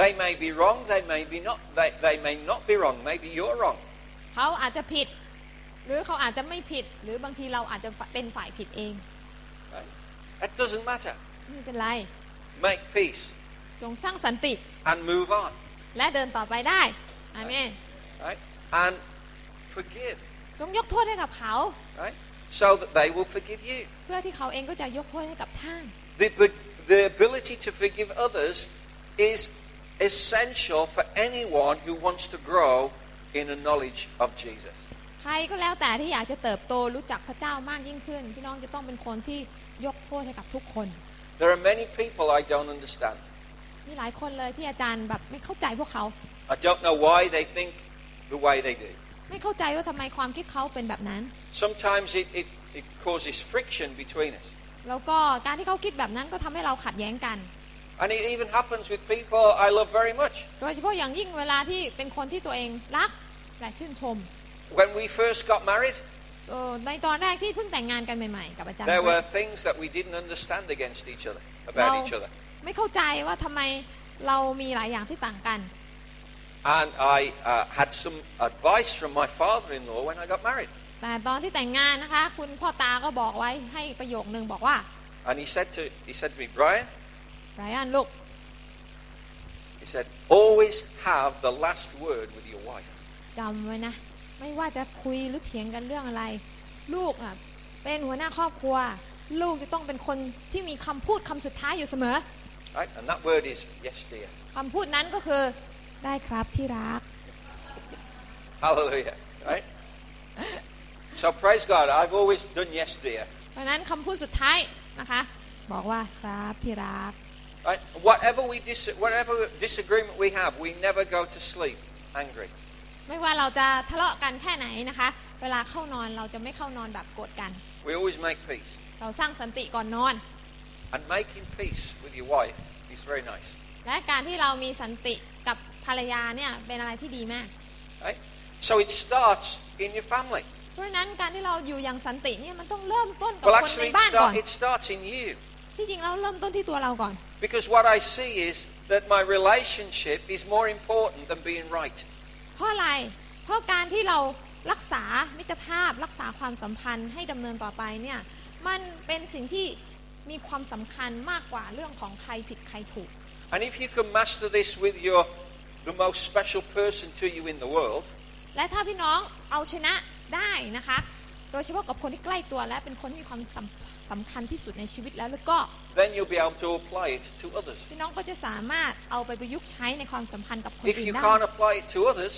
They may be wrong, they may be not they, they may not be wrong, maybe you're wrong.
เขาอาจจะผิด หรือเขาอาจจะไม่ผิด หรือบางทีเราอาจจะเป็นฝ่ายผิดเอง
Right? That doesn't matter.
ไม่เป็นไร
Make peace
จงสร้างสันติ
and move on.
และเดินต่อไปได้อาเมน
Right? And forgive,
จงยกโทษให้กับเขา
right? So that they will forgive you.
เพื่อที่เขาเองก็จะยกโทษให้กับท่าน
The, ab- the ability to forgive others is essential for anyone who wants to grow in a knowledge of Jesus.
ใครก็แล้วแต่ที่อยากจะเติบโตรู้จักพระเจ้ามากยิ่งขึ้น พี่น้องจะต้องเป็นคนที่ยกโทษให้กับทุกคน
There are many people I don't understand.
มีหลายคนเลยที่อาจารย์แบบไม่เข้าใจพวกเขา
I don't know why they think the way they do.
ไม่เข้าใจว่าทำไมความคิดเขาเป็นแบบนั้น
Sometimes it, it, it causes friction between us.
แล้วก็การที่เขาคิดแบบนั้นก็ทำให้เราขัดแย้งกัน
And it even happens with people I love very much.
โดยเฉพาะอย่างยิ่งเวลาที่เป็นคนที่ตัวเองรักและชื่นชม
When we first got married,
เอ่อในตอนแรกที่เพิ่งแต่งงานกันใหม่ๆ กับอาจารย์
there were things that we didn't understand against each other,
เรา
about each other.
ไม่เข้าใจว่าทำไมเรามีหลายอย่างที่ต่างกัน
And I uh, had some advice from my father-in-law when I got married.
แต่ตอนที่แต่งงานนะคะ คุณพ่อตาก็บอกไว้ให้ประโยคนึงบอกว่า
And he said to, he said to me, Brian,
ไรอันลูก
he said, always have the last word with your wife.
จำไว้นะ ไม่ว่าจะคุยหรือเถียงกันเรื่องอะไร ลูกอ่ะเป็นหัวหน้าครอบครัว ลูกจะต้องเป็นคนที่มีคำพูดคำสุดท้ายอยู่เสมอ
Right? And that word is, yes, dear.
คำพูดนั้นก็คือได้ครับที่รัก
Hallelujah. Right? so praise God. I've always done yes, dear.
เพราะฉะนั้นคำพูดสุดท้ายนะคะ บอกว่าครับที่รัก
Right? Whatever we dis- whatever disagreement we have, we never go to sleep angry.
ไม่ว่าเราจะทะเลาะกันแค่ไหนนะคะ เวลาเข้านอนเราจะไม่เข้านอนแบบโกรธกัน
We always make peace.
เราสร้างสันติก่อนนอน
And making peace with your wife is very nice.
และการที่เรามีสันติกับภรรยาเนี่ยเป็นอะไรที่ดีมาก
Right? So it starts in your family.
เพราะฉะนั้นการที่เราอยู่อย่างสันติเนี่ยมันต้องเริ่มต้นกับ
Well,
คนใน
actually, it,
บ้านก่อน
start, it starts in you.
ที่จริงเราเริ่มต้นที่ตัวเราก่อน
Because what I see is that my relationship is more important than being right.
เพราะอะไร เพราะการที่เรารักษามิตรภาพรักษาความสัมพันธ์ให้ดำเนินต่อไปเนี่ย มันเป็นสิ่งที่มีความสำคัญมากกว่าเรื่องของใครผิดใครถูก
And if you can master this with your the most special person to you in the world,
และถ้าพี่น้องเอาชนะได้นะคะ โดยเฉพาะกับคนที่ใกล้ตัวและเป็นคนที่มีความสำสำคัญที่สุดในชีวิตแล้วแล้วก็
then you'll be able to apply it to others.
พี่น้องก็จะสามารถเอาไปประยุกต์ใช้ในความสัมพันธ์กับคน
If
อื่
you
นได้
can't apply it to others,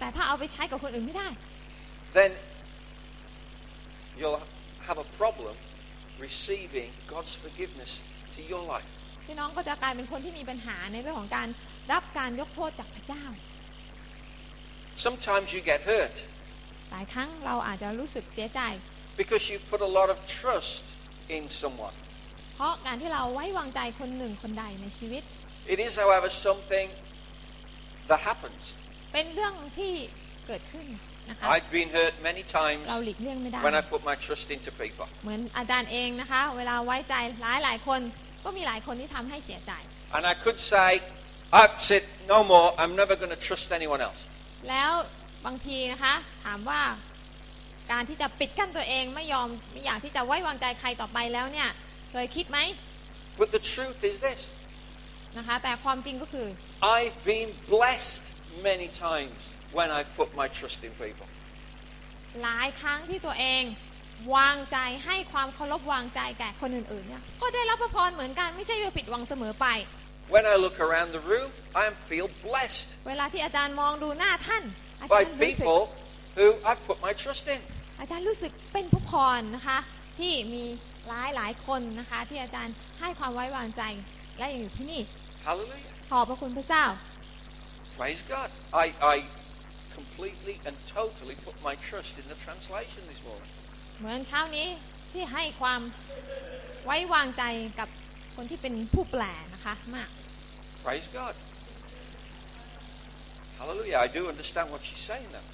แต่ถ้าเอาไปใช้กับคนอื่นไม่ได้
then you'll have a problem receiving God's forgiveness to your life.
พี่น้องก็จะกลายเป็นคนที่มีปัญหาในเรื่องของการรับการยกโทษจากพระเจ้า
Sometimes you get hurt
หลายครั้งเราอาจจะรู้สึกเสียใจ
because you put a lot of trust in someone.
เพราะการที่เราไว้วางใจคนหนึ่งคนใดในชีวิต
It is, however, something that happens.
เป็นเรื่องที่เกิดขึ้นนะคะ
I've been hurt many times
เราหลีกเลี่ยงไม่ได้
when I put my trust into people.
เหมือนอาจารย์เองนะคะ เวลาไว้ใจหลายหลายๆคนก็มีหลายคนที่ทำให้เสียใจ
And I could say, that's it, no more, I'm never going to trust anyone else.
แล้วบางทีนะคะ ถามว่าการที่จะปิดกั้นตัวเองไม่ยอมไม่อยากที่จะไว้วางใจใครต่อไปแล้วเนี่ยเคยคิดไหม
But the truth is this
นะคะ แต่ความจริงก็คือ
I've been blessed many times when I've put my trust in people.
หลายครั้งที่ตัวเองวางใจให้ความเคารพวางใจแก่คนอื่นๆเนี่ยก็ได้รับพระพรเหมือนกันไม่ใช่ว่าผิดหวังเสมอไป
When I look around the room, I feel blessed
เวลาที่อาจารย์มองดูหน้าท่านอาจาร
by
ย์รู้สึก
people who I've put my trust in.
อาจารย์รู้สึกเป็นผู้พรนะคะ ที่มีหลายหลายๆคนนะคะ ที่อาจารย์ให้ความไว้วางใจและยังอยู่ที่นี่
Hallelujah.
ขอบพระคุณพระเจ้า
Praise God. I, I completely and totally put my trust in the translation this morning.
เหมือนเช้านี้ที่ให้ความไว้วางใจกับคนที่เป็นผู้แปลนะคะมาก
Praise God. Hallelujah. I do understand what she's saying now.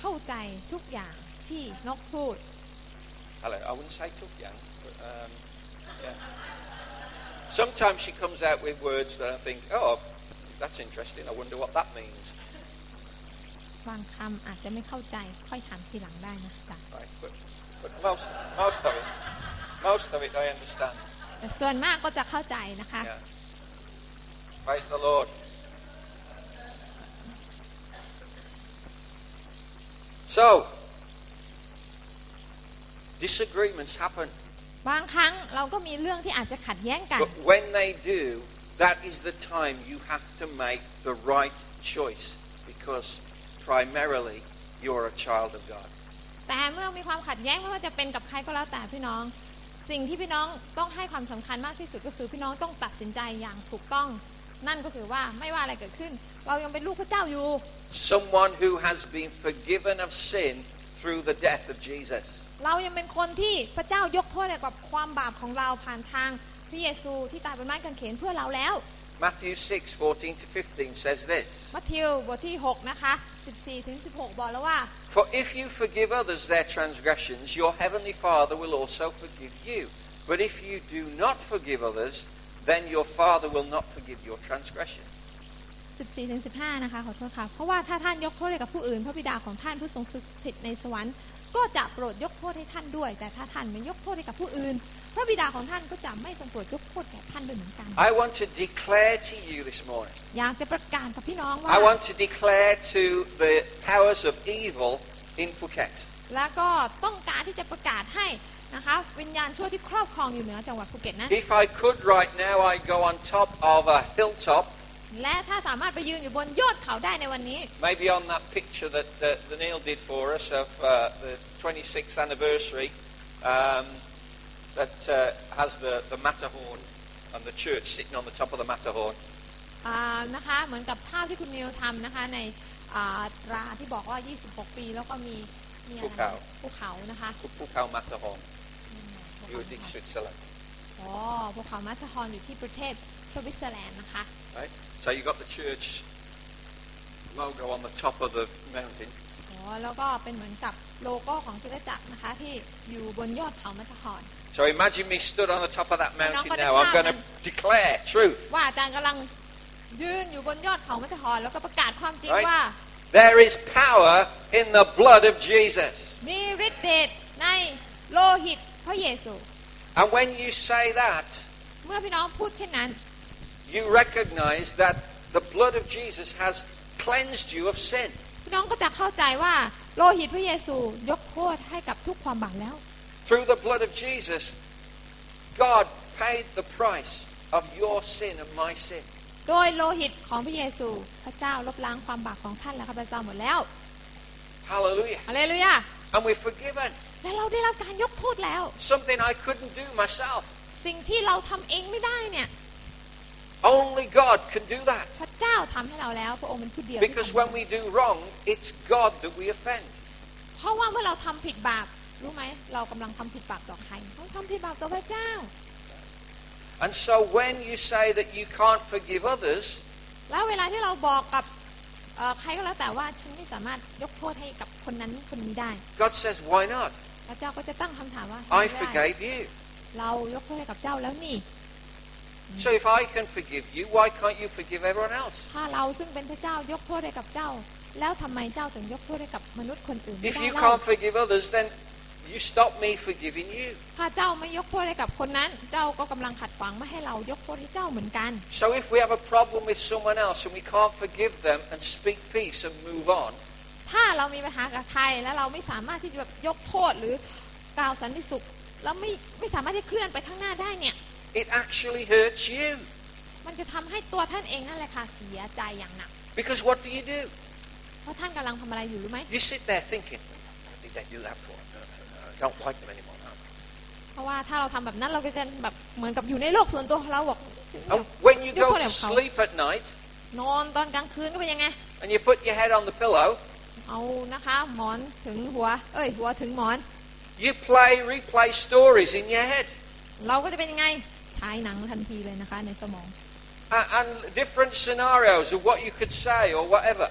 เข้าใจทุกอย่างที่นกพูด
Hello. I wouldn't say took young, but um, yeah. Sometimes she comes out with words that I think, oh, that's interesting. I wonder what that means.
บางคำอาจจะไม่เข้าใจค่อยถามทีหลังได้นะอาจ๊ะ
Right. But, but most, most of it, most of it I understand.
แต่ส่วนมากก็จะเข้าใจนะคะ
Yeah. Praise the Lord. So, disagreements happen,
บางครั้งเราก็มีเรื่องที่อาจจะขัดแย้งกัน
but when they do, that is the time you have to make the right choice because primarily you're a child of God.
แต่เมื่อมีความขัดแย้งไม่ว่าจะเป็นกับใครก็แล้วแต่พี่น้อง สิ่งที่พี่น้องต้องให้ความสำคัญมากที่สุดก็คือพี่น้องต้องตัดสินใจอย่างถูกต้อง นั่นก็คือว่าไม่ว่าอะไรเกิดขึ้น เรายังเป็นลูกพระเจ้าอยู่
Someone who has been forgiven of sin through the death of Jesus.
เรายังเป็นคนที่พระเจ้ายกโทษให้กับความบาปของเราผ่านทางพระเยซูที่ตายบนไม้กางเขนเพื่อเราแล้ว
Matthew 6 14 to 15 says this.
มัทธิวบทที่6นะคะ14ถึง16 บอกแล้วว่า
For if you forgive others their transgressions, your heavenly Father will also forgive you. But if you do not forgive others, then your Father will not forgive your transgression.
14ถึง15 นะคะ ขอโทษค่ะ เพราะว่าถ้าท่านยกโทษให้กับผู้อื่น พระบิดาของท่านผู้ทรงสถิตในสวรรค์ ก็จะโปรดยกโทษให้ท่านด้วย แต่ถ้าท่านไม่ยกโทษให้กับผู้อื่น พระบิดาของท่านก็จะไม่ทรงโปรดยกโทษแก่ท่านด้วยเหมือนกัน
I want to declare to you this morning,
อยากจะประกาศกับพี่น้องว่า
I want to declare to the powers of evil in Phuket
และก็ต้องการที่จะประกาศให้นะคะ วิญญาณชั่วที่ครอบครองอยู่เหนือจังหวัดภูเก็ตนะ
if I could right now, I'd go on top of a hilltop,
และถ้าสามารถไปยืนอยู่บนยอดเขาได้ในวันนี้
maybe on that picture that, that, that Neil did for us of uh, the 26th anniversary um, that uh, has the, the Matterhorn and the church sitting on the top of the Matterhorn.
อ่านะคะเหมือนกับภาพที่คุณนิวทำนะคะในอ่าตราที่บอกว่า 26 ปีแล้วก็มีมีอะไรนะ
ภูเขา
ภูเขานะคะ
Kupukau Matterhorn,
ภูเขา
you were in Switzerland,
อ๋อภูเขามัทฮอนอยู่ที่ประเทศสวิตเซอร์แลนด์นะคะ
right? So you got the church logo on the top of the mountain.
อ๋อแล้วก็เป็นเหมือนกับโลโก้ของคริสตจักรนะคะ ที่อยู่บนยอดเขามัทฮอน
So imagine me stood on the top of that mountain
got a
now. I'm going to
plan.
declare truth.
ว่าอาจารย์กำลังยืนอยู่บนยอดเขามัทฮอนแล้วก็ประกาศความจริง
Right.
ว่า
There is power in the blood of Jesus.
มีฤทธิ์เดชในโลหิต พระเยซู
And when you say that,
เมื่อพี่น้องพูดเช่นนั้น
you recognize that the blood of Jesus has cleansed you of sin.
พี่น้องก็จะเข้าใจว่าโลหิตพระเยซูยกโทษให้กับทุกความบาปแล้ว
Through the blood of Jesus, God paid the price of your sin and my sin.
โดยโลหิตของพระเยซู พระเจ้าลบล้างความบาปของท่านและข้าพเจ้าหมดแล้ว
Hallelujah.
อะไรลุยา
And we're forgiven.
และเราได้รับการยกโทษแล้ว
Something I couldn't do myself.
สิ่งที่เราทำเองไม่ได้เนี่ย
Only God can do that.
พระเจ้าทำให้เราแล้ว พระองค์เป็นผู้เดียวที่
Because
ทำให้
when we do wrong, it's God that we offend.
เพราะว่าเมื่อเราทำผิดบาปรู้ไหมเรากำลังทำผิดบาปต่อใครเราทำผิดบาปต่อพระเจ้า
And so when you say that you can't forgive others,
แล้วเวลาที่เราบอกกับเอ่อใครก็แล้วแต่ว่าฉันไม่สามารถยกโทษให้กับคนนั้นคนนี้ได้
God says, why not?
พระเจ้าก็จะตั้งคำถามว่า
I
ทำไม่ได้
forgave you.
เรายกโทษให้กับเจ้าแล้วนี่
So if I can forgive you, why can't you forgive everyone else?
ถ้าเราซึ่งเป็นพระเจ้ายกโทษให้กับเจ้า แล้วทำไมเจ้าถึงยกโทษให้กับมนุษย์คนอื่นไม่
If
ได้
you
เล่า
can't forgive others, then you stop me forgiving you.
ถ้าเจ้าไม่ยกโทษให้กับคนนั้น เจ้าก็กำลังขัดขวางไม่ให้เรายกโทษให้เจ้าเหมือนกัน
So if we have a problem with someone else and we can't forgive them and speak peace and move on,
ถ้าเรามีปัญหากับใครแล้วเราไม่สามารถที่จะแบบยกโทษหรือกล่าวสันติสุข แล้วไม่ไม่สามารถที่เคลื่อนไปข้างหน้าได้เนี่ย
it actually hurts you.
มันจะทำให้ตัวท่านเองนั่นแหละค่ะเสียใจอย่างหนัก
Because what do you do?
เพราะท่านกำลังทำอะไรอยู่รู้ไหม
You sit there thinking, what did they do that for? No, no, no, I don't like them anymore. no."
เพราะว่าถ้าเราทำแบบนั้นเราก็จะแบบเหมือนกับอยู่ในโลกส่วนตัวของเราบอก
And when you
You're
go
full
to
of cold.
sleep at night
นอนตอนกลางคืนก็เป็นยังไง
and you put your head on the pillow,
เอานะคะ หมอนถึงหัว เอ้ย หัวถึงหมอน
you play, replay stories in your head.
เราก็จะเป็นยังไงฉายหนังทันทีเลยนะคะ ในสมอง
A- uh, and different scenarios of what you could say or whatever.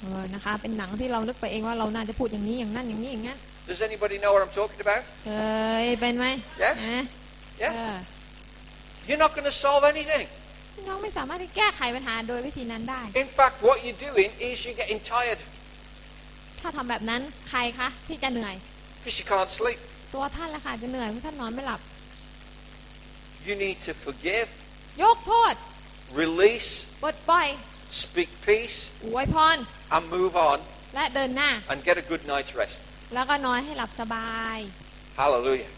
เออนะคะ เป็นหนังที่เรานึกไปเองว่าเราน่าจะพูดอย่างนี้อย่างนั้นอย่างนี้อย่างนั้น
Does anybody know what I'm talking about?
เคยเป็นไหม
Yes.
นะ
Yeah?
เออ
You're not going to solve anything.
พี่น้องไม่สามารถที่แก้ไขปัญหาโดยวิธีนั้นได้
In fact, what you're doing is you're getting tired
ถ้าทำแบบนั้นใครคะที่จะเหนื่อย
because you can't sleep.
ตัวท่านละค่ะจะเหนื่อยเพราะท่านนอนไม่หลับ
You need to forgive,
ยกโทษ
release,
ปลดปล่อย
speak peace,
อวยพร
and move on
และเดินหน้า
and get a good night's rest.
แล้วก็นอนให้หลับสบาย
Hallelujah.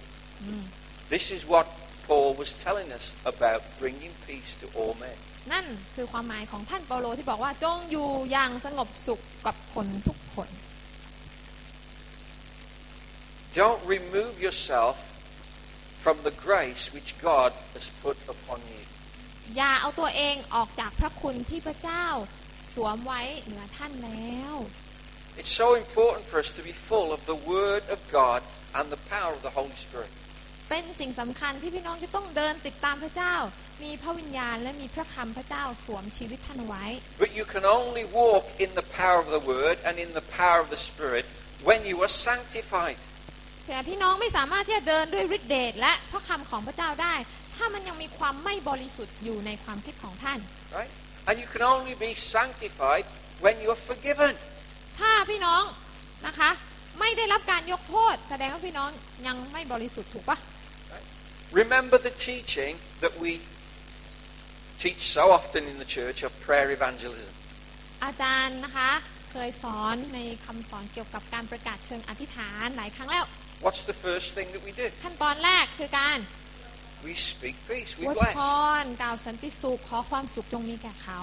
This is what Paul was telling us about bringing peace to all men.
นั่นคือความหมายของท่านเปาโลที่บอกว่าจงอยู่อย่างสงบสุขกับคนทุกคน
Don't remove yourself from the grace which God has put upon you.
อย่าเอาตัวเองออกจากพระคุณที่พระเจ้า สวมไว้เหนือท่านแล้ว
It's so important for us to be full of the Word of God and the power of the Holy Spirit.
เป็นสิ่งสำคัญที่พี่น้องจะต้องเดินติดตามพระเจ้า มีพระวิญญาณและมีพระคำพระเจ้าสวมชีวิตท่านไว้
But you can only walk in the power of the Word and in the power of the Spirit when you are sanctified.
แต่พี่น้องไม่สามารถที่จะเดินด้วยฤทธิเดชและพระคำของพระเจ้าได้ ถ้ามันยังมีความไม่บริสุทธิ์อยู่ในความคิดของท่าน
Right? And you can only be sanctified when you are forgiven.
ถ้าพี่น้องนะคะ ไม่ได้รับการยกโทษ แสดงว่าพี่น้องยังไม่บริสุทธิ์ถูกปะ
Remember the teaching that we teach so often in the church of prayer evangelism.
อาจารย์นะคะ เคยสอนในคำสอนเกี่ยวกับการประกาศเชิงอธิษฐานหลายครั้งแล้ว
What's the first thing that we do?
ขั้นตอนแรกคือการ
We speak peace,
อ
we
วยพร
bless
กล่าวสันติสุขขอความสุขจงมีแก่เขา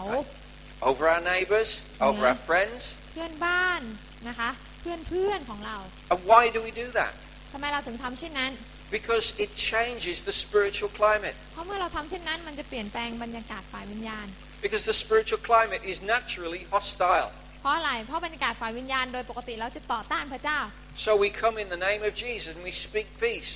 over our neighbours, over
Yeah.
our friends.
เพื่อนบ้านนะคะ เพื่อนเพื่อนของเรา
And why do we do that?
ทำไมเราถึงทำเช่นนั้น
Because it changes the spiritual climate.
เพราะเมื่อเราทำเช่นนั้น มันจะเปลี่ยนแปลงบรรยากาศฝ่ายวิญญาณ
Because the spiritual climate is naturally hostile.
เพราะอะไร เพราะบรรยากาศฝ่ายวิญญาณโดยปกติเราจะต่อต้านพระเจ้า
So we come in the name of Jesus and we speak peace.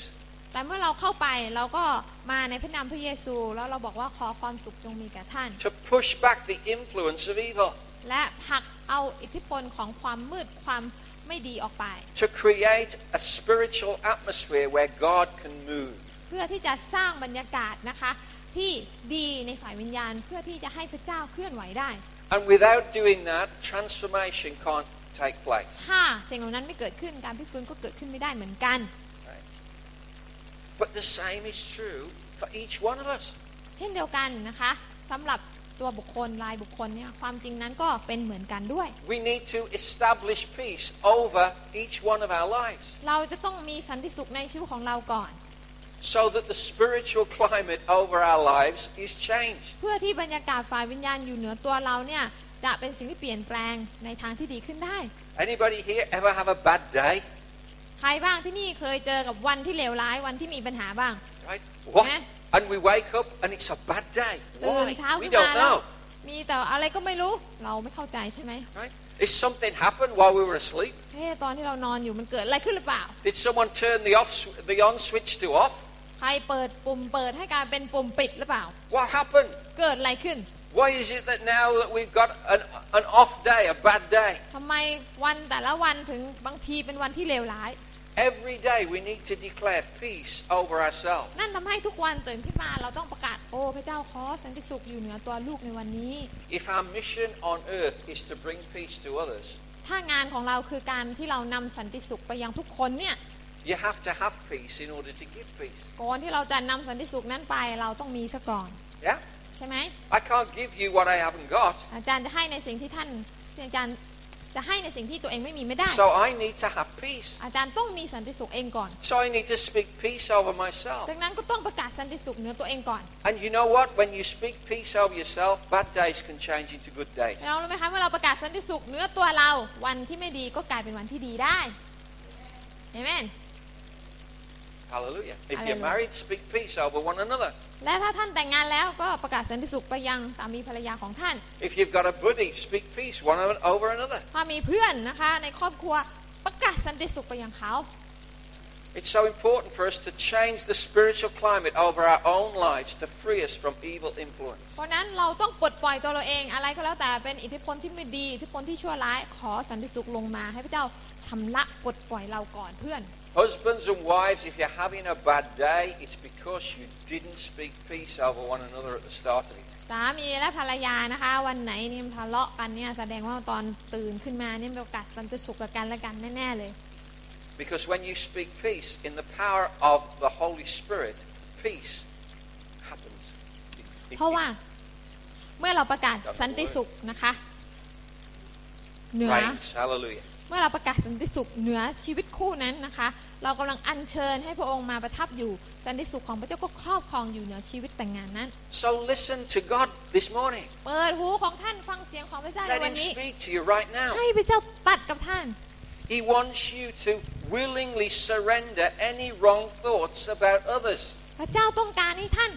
แต่เมื่อเราเข้าไปเราก็มาในพระนามพระเยซู แล้วเราบอกว่าขอความสุขจงมีแก่ท่าน
to push back the influence of evil,
และผลักเอาอิทธิพลของความมืดความไม่ดีออกไป
to create a spiritual atmosphere where God can move.
เพื่อที่จะสร้างบรรยากาศนะคะ ที่ดีในฝ่ายวิญญาณ เพื่อที่จะให้พระเจ้าเคลื่อนไหวได้
And without doing that, transformation can't take place.
ถ้าสิ่งเหล่านั้นไม่เกิดขึ้นการพิสูจน์ก็เกิดขึ้นไม่ได้เหมือนกัน
But the same is true for each one of us.
เช่นเดียวกันนะคะสำหรับตัวบุคคลรายบุคคลเนี่ยความจริงนั้นก็เป็นเหมือนกันด้วย
We need to establish peace over each one of our lives
เราจะต้องมีสันติสุขในชีวิตของเราก่อน
so that the spiritual climate over our lives is changed.
เพื่อที่บรรยากาศฝ่ายวิญญาณอยู่เหนือตัวเราเนี่ยจะเป็นสิ่งที่เปลี่ยนแปลงในทางที่ดีขึ้นได้
Anybody here ever have a bad day?
ใครบ้างที่นี่เคยเจอกับวันที่เลวร้ายวันที่มีปัญหาบ้าง
Right? What?
Yeah.
And we wake up and it's a bad day.
ตื่น
Why?
เช้า
We
ขึ้นมา
don't
แล้ว
know.
มีแต่อะไรก็ไม่รู้เราไม่เข้าใจใช่ไหม
Right? Is something happened while we were asleep?
เฮ้ตอนที่เรานอนอยู่มันเกิดอะไรขึ้นหรือเปล่า
Did someone turn the off sw- the on switch to off?
ใครเปิดปุ่มเปิดให้กลารเป็นปุ่มปิดหรือเปล่า
What happened?
เกิดอะไรขึ้น
Why is it that now that we've got an, an off day, a bad day?
ทำไมวันแต่ละวันถึงบางทีเป็นวันที่เลวร้าย
Every day we need to declare peace over ourselves.
นั่นทำให้ทุกวันตื่นขึ้นมาเราต้องประกาศโอ้พระเจ้าขอสันติสุขอยู่เหนือตัวลูกในวันนี้
If our mission on earth is to bring peace to others,
ถ้างานของเราคือการที่เรานำสันติสุขไปยังทุกคนเนี่ย
you have to have peace in order to give peace.
ก่อนที่เราจะนำสันติสุขนั้นไปเราต้องมีซะก่อน
Yeah?
ใช่ไหม
I can't give you what I haven't got,
อาจารย์จะให้ในสิ่งที่ท่านอาจารย์จะให้ในสิ่งที่ตัวเองไม่มีไม่ได้
so I need to have peace.
อาจารย์ต้องมีสันติสุขเองก่อน
So I need to speak peace over myself.
ดังนั้นก็ต้องประกาศสันติสุขเหนือตัวเองก่อน
And you know what? When you speak peace over yourself, bad days can change into good days.
แล้วรู้ไหมคะเมื่อเราประกาศสันติสุขเหนือตัวเรา วันที่ไม่ดีก็กลายเป็นวันที่ดีได้เอเมน
Hallelujah. If
Hallelujah.
you're married, speak peace over one another.
และถ้าท่านแต่งงานแล้วก็ประกาศสันติสุขไปยังสามีภรรยาของท่าน
If you've got a buddy, speak peace one o- over another.
ถ้ามีเพื่อนนะคะในครอบครัวประกาศสันติสุขไปยังเขา
It's so important for us to change the spiritual climate over our own lives to free us from evil influence.
เพราะนั้นเราต้องปลดปล่อยตัวเราเองอะไรก็แล้วแต่เป็นอิทธิพลที่ไม่ดีอิทธิพลที่ชั่วร้ายขอสันติสุขลงมาให้พระเจ้าชำระปลดปล่อยเราก่อนเพื่อน
Husbands and wives, if you're having a bad day, it's because you didn't speak peace over one another at the start of it.
สามีและภรรยานะคะ วันไหนเนี่ยทะเลาะกันเนี่ยแสดงว่าตอนตื่นขึ้นมาเนี่ยมีโอกาสสันติสุขกับกันและกันแน่ๆเลย
Because when you speak peace in the power of the Holy Spirit, peace happens. It- it-
เพราะว่าเมื่อเราประกาศสันติสุขนะคะเห
it
นือ
reigns. Hallelujah.
เมื่อเราประกาศสันติสุขเหนือชีวิตคู่นั้นนะคะ เรากำลังอัญเชิญให้พระองค์มาประทับอยู่สันติสุขของพระเจ้าก็ครอบครองอยู่เหนือชีวิตแต่งงานนั้น
So listen to God this morning.
เปิดหูของท่านฟังเสียงของพระเจ้าใน
Let
วัน
Him
นี้
speak to you right now.
ให้พระเจ้าตัดกับท่าน
He wants you to willingly surrender any wrong thoughts about others
พระเจ้าต้องการให้ท่าน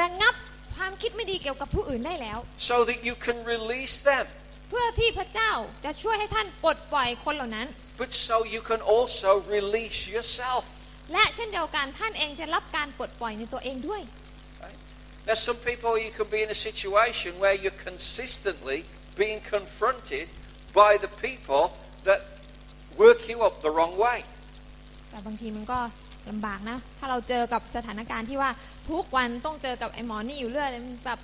ระงับความคิดไม่ดีเกี่ยวกับผู้อื่นได้แล้ว
so that you can release them,
เพื่อที่พระเจ้าจะช่วยให้ท่านปลดปล่อยคนเหล่านั้น
but so you can also release yourself.
และเช่นเดียวกันท่านเองจะรับการปลดปล่อยในตัวเองด้วย
Now, some people, you could be in a situation where you're consistently being confronted by the people that work you up the wrong way.
แต่บางทีมันก็ลำบากนะ ถ้าเราเจอกับสถานการณ์ที่ว่าทุกวันต้องเจอกับไอ้หมอนี่อยู่เรื่อยเลยมันแบบ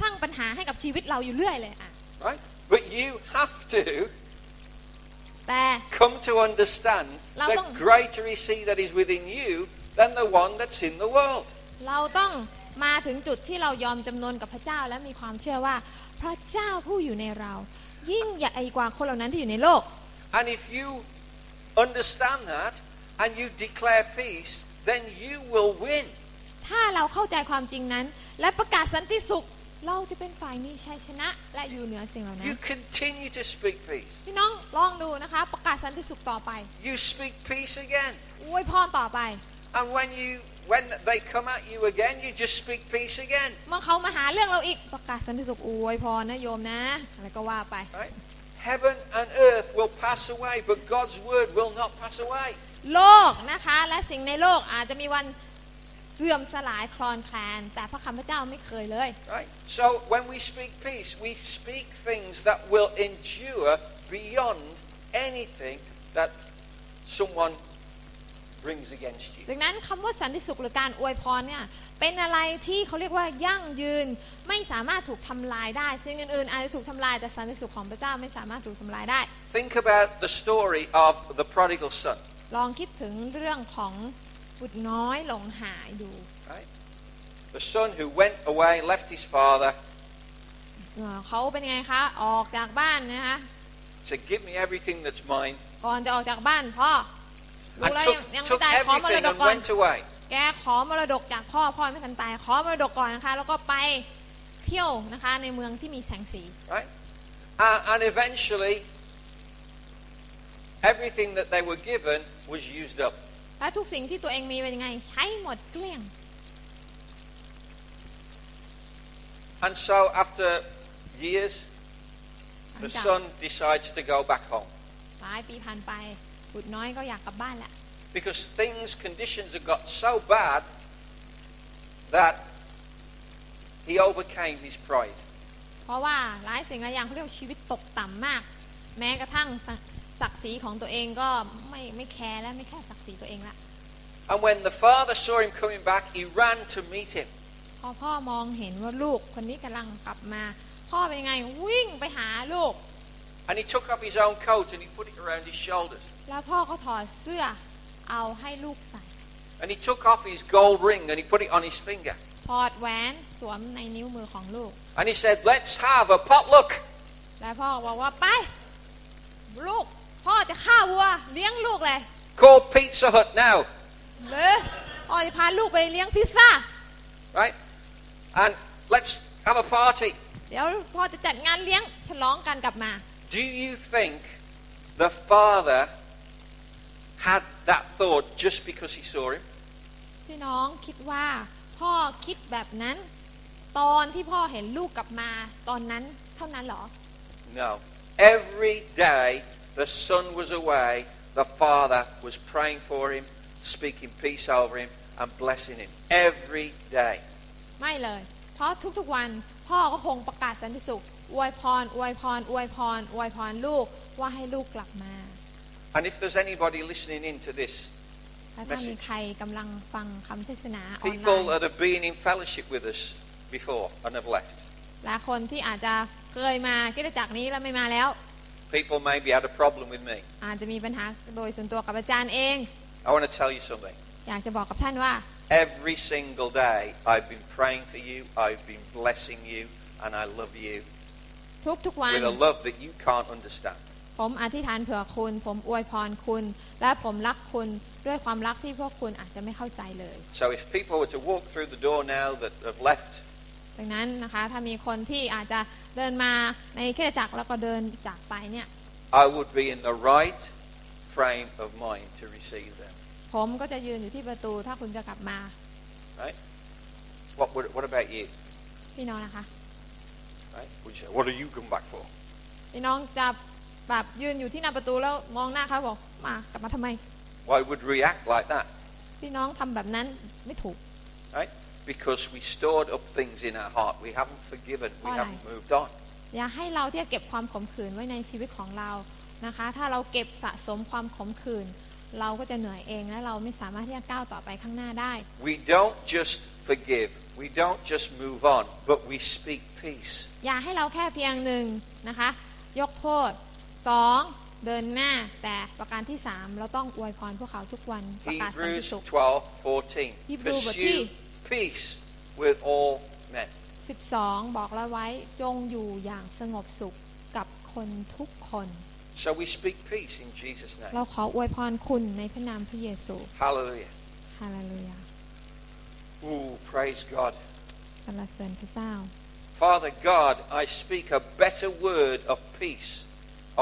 สร้างปัญหาให้กับชีวิตเราอยู่เรื่อยเลยอะ
Right? But you have to
แต่
come to understand
Lao
that
Dong.
greater is He that is within you than the one that's in the world.
เราต้องมาถึงจุดที่เรายอมจำนนกับพระเจ้าและมีความเชื่อว่า พระเจ้าผู้อยู่ในเรา ยิ่งใหญ่กว่าคนเหล่านั้นที่อยู่ในโลก
And if you understand that and you declare peace, then you will win.
ถ้าเราเข้าใจความจริงนั้น และประกาศสันติสุข เราจะเป็นฝ่ายมีชัยชนะและอยู่เหนือสิ่งเหล่านั้
You
น
continue to speak peace.
พี่น้องลองดูนะคะ ประกาศสันติสุขต่อไป
You speak peace again.
อวยพรต่อไป
And when you when they come at you again, you just speak peace again.
เมื่อเขามาหาเรื่องเราอีกประกาศสันติสุขอวยพรนะโยมนะ อะไรก็ว่าไป
Right? Heaven and earth will pass away, but God's word will not pass away.
โลกนะคะ และสิ่งในโลกอาจจะมีวันเสื่อมสลายคลอนแคลน แต่พระคำพระเจ้าไม่เคยเลย
Right? So when we speak peace, we speak things that will endure beyond anything that someone brings against you.
ดังนั้นคำว่าสันติสุขหรือการอวยพรเนี่ยเป็นอะไรที่เขาเรียกว่ายั่งยืนไม่สามารถถูกทำลายได้สิ่งอื่นๆอาจจะถูกทำลายแต่สันติสุขของพระเจ้าไม่สามารถถูกทำลายได้
Think about the story of the prodigal son.
ลองคิดถึงเรื่องของ บุตรน้อยหลงหายอยู่
Right? The son who went away, left his father,
เอ่อเขาเป็นไงคะ ออกจากบ้านนะคะ
said, Give me everything that's mine.
ก่อนจะออกจากบ้านพ่อ รู้
And
แล้ว
took,
ยังยังไม่
took
ตายขอมร
everything
ดก
and
ก่อน
went away.
แกขอมรดกจากพ่อ พ่อไม่ทันตาย ขอมรดกก่อนนะคะ แล้วก็ไปเที่ยวนะคะ ในเมืองที่มีแสงสี
Right? Uh, and eventually, everything that they were given was used up.
และทุกสิ่งที่ตัวเองมีเป็นยังไง ใช้หมดเกลี้ยง
And so, after years,
ห
the
ลังจาก
son decides to go back home
หลายปีผ่านไป บุตรน้อยก็อยากกลับบ้านแหละ
because things, conditions had got so bad that he overcame his pride.
เพราะว่าหลายสิ่งหลายอย่างเขาเรียกว่าชีวิตตกต่ำมาก แม้กระทั่งศักศักดิ์ศรีของตัวเองก็ไม่ไม่แคร์และไม่แคร์ศักดิ์ศรีตัวเองละ
And when the father saw him coming back, he ran to meet him.
พอพ่อมองเห็นว่าลูกคนนี้กำลังกลับมา พ่อเป็นยังไงวิ่งไปหาลูก
And he took off his own coat and he put it around his shoulders.
แล้วพ่อก็ถอดเสื้อเอาให้ลูกใส่
And he took off his gold ring and he put it on his finger.
ถอดแหวนสวมในนิ้วมือของลูก
And he said, Let's have a potluck.
แล้วพ่อบอกว่าไป ลูก พ่อจะฆ่าวัวเลี้ยงลูกเลย
Call Pizza Hut now.
หรือพ่อจะพาลูกไปเลี้ยงพิซซ่า
Right? And let's have a party.
เดี๋ยวพ่อจะจัดงานเลี้ยงฉลองกันกลับมา
Do you think the father had that thought just because he saw him?
พี่น้องคิดว่าพ่อคิดแบบนั้น ตอนที่พ่อเห็นลูกกลับมาตอนนั้นเท่านั้นเหรอ
No. Every day the son was away, the father was praying for him, speaking peace over him, and blessing him. Every day.
ไม่เลย เพราะทุกๆวันพ่อก็คงประกาศสันติสุขอวยพรอวยพรอวยพรอวยพรลูกว่าให้ลูกกลับมา
And if there's anybody listening in to this,
และถ้ามีใครกำลังฟังคำเทศนาออน
people
ไลน์
that have been in fellowship with us before and have left,
และคนที่อาจจะเคยมากิจจักรนี้แล้วไม่มาแล้ว
people maybe had a problem with me.
อาจจะมีปัญหาโดยส่วนตัวกับอาจารย์เอง
I want to tell you something.
อยากจะบอกกับท่านว่า
Every single day, I've been praying for you, I've been blessing you, and I love you
ทุกๆวัน
with a love that you can't understand.
ผมอธิษฐานเผื่อคุณ ผมอวยพรคุณ และผมรักคุณด้วยความรักที่พวกคุณอาจจะไม่เข้าใจเลย
So if people were to walk through the door now that have left,
ดังนั้นนะคะ ถ้ามีคนที่อาจจะเดินมาในคริสตจักรแล้วก็เดินจากไปเนี่ย
I would be in the right frame of mind to receive them.
ผมก็จะยืนอยู่ที่ประตูถ้าคุณจะกลับมา
Right? What, would, what about you?
พี่น้องนะคะ
Right? Would you say, what are you come back for?
พี่น้องจะแบบยืนอยู่ที่หน้าประตูแล้วมองหน้าเขาบอกมากลับมาทำไม
Why would react like that?
พี่น้องทำแบบนั้นไม่ถูก
Right? Because we stored up things in our heart. We haven't forgiven. We
Why?
haven't moved on.
อย่าให้เราที่จะเก็บความขมขื่นไว้ในชีวิตของเรานะคะ ถ้าเราเก็บสะสมความขมขื่นเราก็จะเหนื่อยเองและเราไม่สามารถที่จะก้าวต่อไปข้างหน้าได้
We don't just forgive. We don't just move on, but we speak peace.
อย่าให้เราแค่เพียงหนึ่งนะคะ ยกโทษสองเดินหน้าแต่ประการที่สามเราต้องอวยพรพวกเขาทุกวันประกาศสันติ
Hebrews
สุข
twelve fourteen.
Hebrew
Pursue
fourteen.
peace with all men.
12 บอกเราไว้จงอยู่อย่างสงบสุขกับคนทุกคน
So we speak peace in Jesus'
เรา
name.
ขออวยพรคุณในพระนามพระเยซู
Hallelujah.
ฮาเลลูยา
Ooh, praise God.
สรรเสริญพระเจ้า
Father God, I speak a better word of peace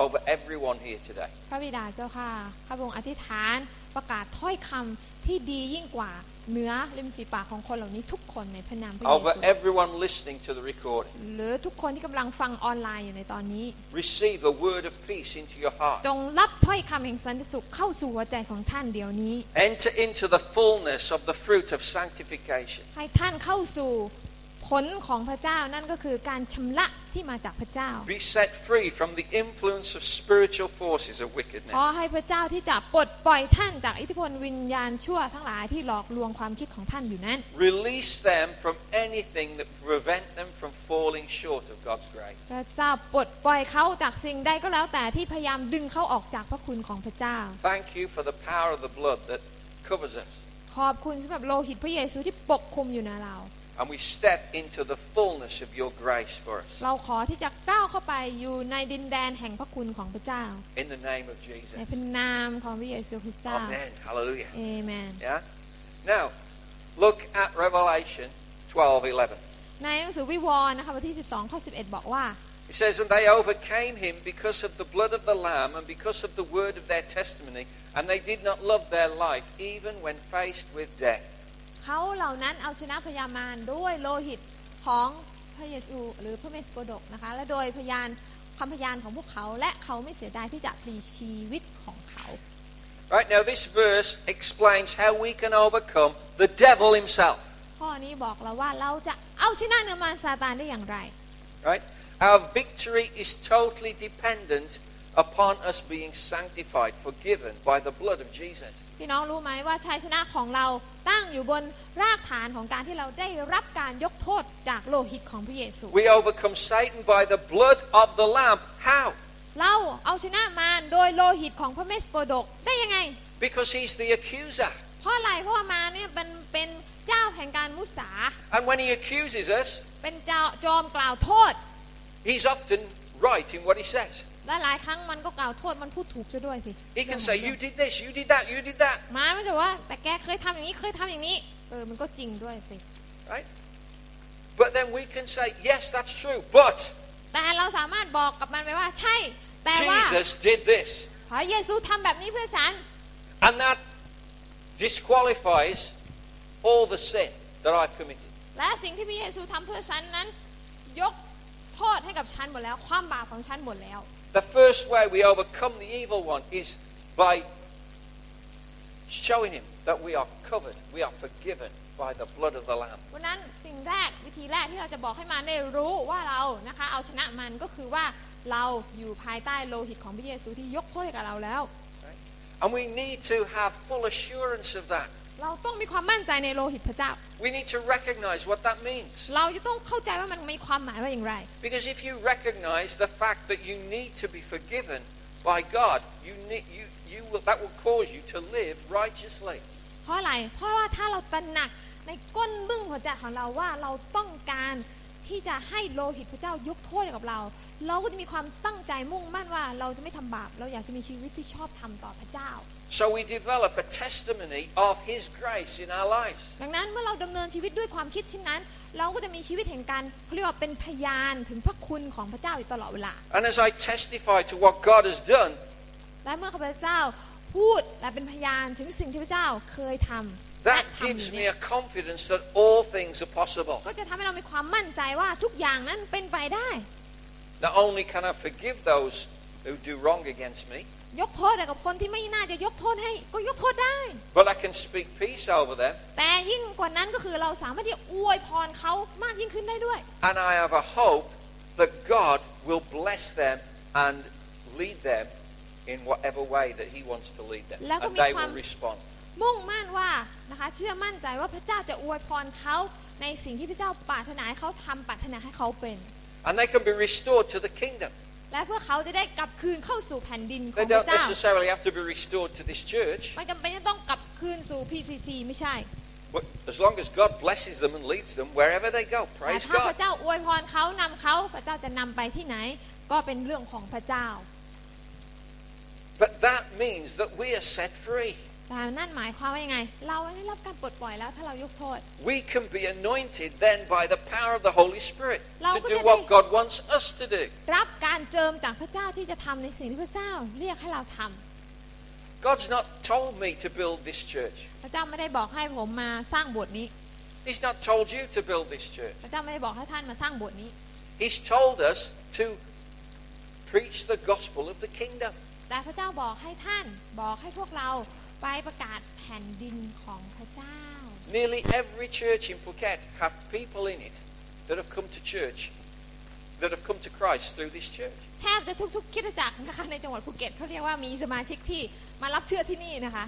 over everyone here today.
พระบิดาเจ้าค่ะ ข้าพระองค์อธิษฐานประกาศถ้อยคำที่ดียิ่งกว่าเหนือริมฝีปากของคนเหล่านี้ทุกคนในพระนามพระเย
Over
ซู
everyone listening to the recording.
หรือทุกคนที่กำลังฟังออนไลน์อยู่ในตอนนี้
Receive a word of peace into your heart.
จงรับถ้อยคำแห่งสันติสุขเข้าสู่หัวใจของท่านเดี๋ยวนี้
Enter into the fullness of the fruit of sanctification.
ให้ท่านเข้าสู่ผลของพระเจ้านั่นก็คือการชำระที่มาจากพระเจ้า
Be set free from the influence of spiritual forces of
ข
wickedness.
อให้พระเจ้าที่จะปลดปล่อยท่านจากอิทธิพลวิญญาณชั่วทั้งหลายที่หลอกลวงความคิดของท่านอยู่นั้น
Release them from anything that prevent them from falling short of God's grace.
พระเจ้าปลดปล่อยเขาจากสิ่งใดก็แล้วแต่ที่พยายามดึงเขาออกจากพระคุณของพระเจ้า
Thank you for the power of the blood that covers us.
ขอบคุณสำหรับโลหิตพระเยซูที่ปกคลุมอยู่เหนือเรา
And we step into the fullness of your grace for us.
เราขอที่จะก้าวเข้าไปอยู่ในดินแดนแห่งพระคุณของพระเจ้า
In the name of
ใน
Jesus.
พระนามของพระเยซูคริสต์เจ้า
Amen. Hallelujah.
เอเมน
Yeah? Now, look at Revelation 12 11.
ในหนังสือวิวรณ์นะคะบทที่ 12 ข้อ 11 บอกว่า
It says, And they overcame him because of the blood of the Lamb and because of the word of their testimony, and they did not love their life, even when faced with death.
เขาเหล่านั้นเอาชนะพญามารด้วยโลหิตของพระเยซูหรือพระเมสสโกดกนะคะ และโดยพยานคำพยานของพวกเขาและเขาไม่เสียดายที่จะปลีชีวิตของเขา
Right now, this verse explains how we can overcome the devil himself.
ข้อนี้บอกเราว่าเราจะเอาชนะเหนือมารซาตานได้อย่างไร
Right? Our victory is totally dependent upon us being sanctified, forgiven by the blood of Jesus.
พี่น้องรู้ไหมว่าชัยชนะของเราตั้งอยู่บนรากฐานของการที่เราได้รับการยกโทษจากโลหิตของพระเยซู
We overcome Satan by the blood of the Lamb. How?
เราเอาชนะมารโดยโลหิตของพระเมสสโกดกได้ยังไง
Because he's the accuser.
เพราะอะไรเพราะว่ามารเนี่ยเป็นเป็นเจ้าแห่งการมุสา
And when he accuses us,
เป็นเจ้าจอมกล่าวโทษ
he's often right in what he says.
และหลายครั้งมันก็กล่าวโทษมันพูดถูกซะด้วยสิ
He can say, You did this, you did that, you did that.
หมามันจะว่า แต่แกเคยทำอย่างนี้เคยทำอย่างนี้เออมันก็จริงด้วยสิ
Right? But then we can say, Yes, that's true. But
แต่เราสามารถบอกกับมันไปว่าใช่ แต่ว่า
Jesus did this.
พระเยซูทำแบบนี้เพื่อฉัน
And that disqualifies all the sin that I've committed.
และสิ่งที่พระเยซูทำเพื่อฉันนั้น ยกโทษให้กับฉันหมดแล้ว ความบาปของฉันหมดแล้ว
The first way we overcome the evil one is by showing him that we are covered, we are forgiven by the blood of the Lamb.
วันนั้นสิ่งแรกวิธีแรกที่เราจะบอกให้มันได้รู้ว่าเรานะคะ เอาชนะมันก็คือว่าเราอยู่ภายใต้โลหิตของพระเยซูที่ยกโทษให้กับเราแล้ว
Right? And we need to have full assurance of that.
เราต้องมีความมั่นใจในโลหิตพระเจ้า
We need to recognize what that means.
เราจะต้องเข้าใจว่ามันมีความหมายว่าอย่างไร
Because if you recognize the fact that you need to be forgiven by God, you need, you, you will, that will cause you to live righteously.
เพราะอะไร เพราะว่าถ้าเราตระหนักในก้นบึ้งหัวใจของเราว่าเราต้องการที่จะให้โลหิตพระเจ้ายกโทษให้กับเรา เราก็จะมีความตั้งใจมุ่งมั่นว่าเราจะไม่ทำบาป เราอยากจะมีชีวิตที่ชอบทำต่อพระเจ้า
So we develop a testimony of His grace in our lives.
ดังนั้นเมื่อเราดำเนินชีวิตด้วยความคิดเช่นนั้น เราก็จะมีชีวิตแห่งการเขาเรียกว่าเป็นพยานถึงพระคุณของพระเจ้าอยู่ตลอดเวลา
And as I testify to what God has done,
และเมื่อข้าพเจ้าพูดและเป็นพยานถึงสิ่งที่พระเจ้าเคยทำและ
That
ทำอยู่
gives
เนี่ย
me a confidence that all things are possible.
ก็จะทำให้เรามีความมั่นใจว่าทุกอย่างนั้นเป็นไปได้
Not only can I forgive those who do wrong against me,
ยกโทษให้กับคนที่ไม่น่าจะยกโทษให้ ก็ยกโทษได้
but I can speak peace over them,
แต่ยิ่งกว่านั้นก็คือเราสามารถที่จะอวยพรเขามากยิ่งขึ้นได้ด้วย
and I have a hope that God will bless them and lead them in whatever way that He wants to lead them.
Lago
And they
mi
will
Juan.
respond.
มุ่งมั่นว่านะคะ เชื่อมั่นใจว่าพระเจ้าจะอวยพรเขาในสิ่งที่พระเจ้าปรารถนาให้เขาทำปรารถนาให้เขาเป็น
And they can be restored to the kingdom.
และเพื่อเขาจะได้กลับคืนเข้าสู่แผ่นดินขอ
They
งพ
don't
ระเจ้า
necessarily have to be restored to this church,
ไม่จำเป็นจะต้องกลับคืนสู่ PCC ไม่ใช่
but as long as God blesses them and leads them wherever they go,
แต่
praise
ถ้า
God.
พระเจ้าอวยพรเขานำเขาพระเจ้าจะนำไปที่ไหน ก็เป็นเรื่องของพระเจ้า
But that means that we are set free.
แต่นั่นหมายความว่ายังไง เราได้รับการปลดปล่อยแล้วถ้าเรายกโทษ
We can be anointed then by the power of the Holy Spirit
Lao
to
có
do
thể đi.
what God wants us to do.
รับการเจิมจากพระเจ้าที่จะทำในสิ่งที่พระเจ้าเรียกให้เราทำ
God's not told me to build this church.
พระเจ้าไม่ได้บอกให้ผมมาสร้างโบสถ์นี้
He's not told you to build this church.
พระเจ้าไม่ได้บอกให้ท่านมาสร้างโบสถ์นี้
He's told us to preach the gospel of the kingdom.
แต่พระเจ้าบอกให้ท่านบอกให้พวกเราไปประกาศแผ่นดินของพระเจ้า
Nearly every church in Phuket have people in it that have come to church, that have come to Christ through this church.
แทบจะทุกๆคริดจักรนะคะในจังหวัดภูเก็ตเขาเรียกว่ามีสมาชิกที่มารับเชื่อที่นี่นะคะ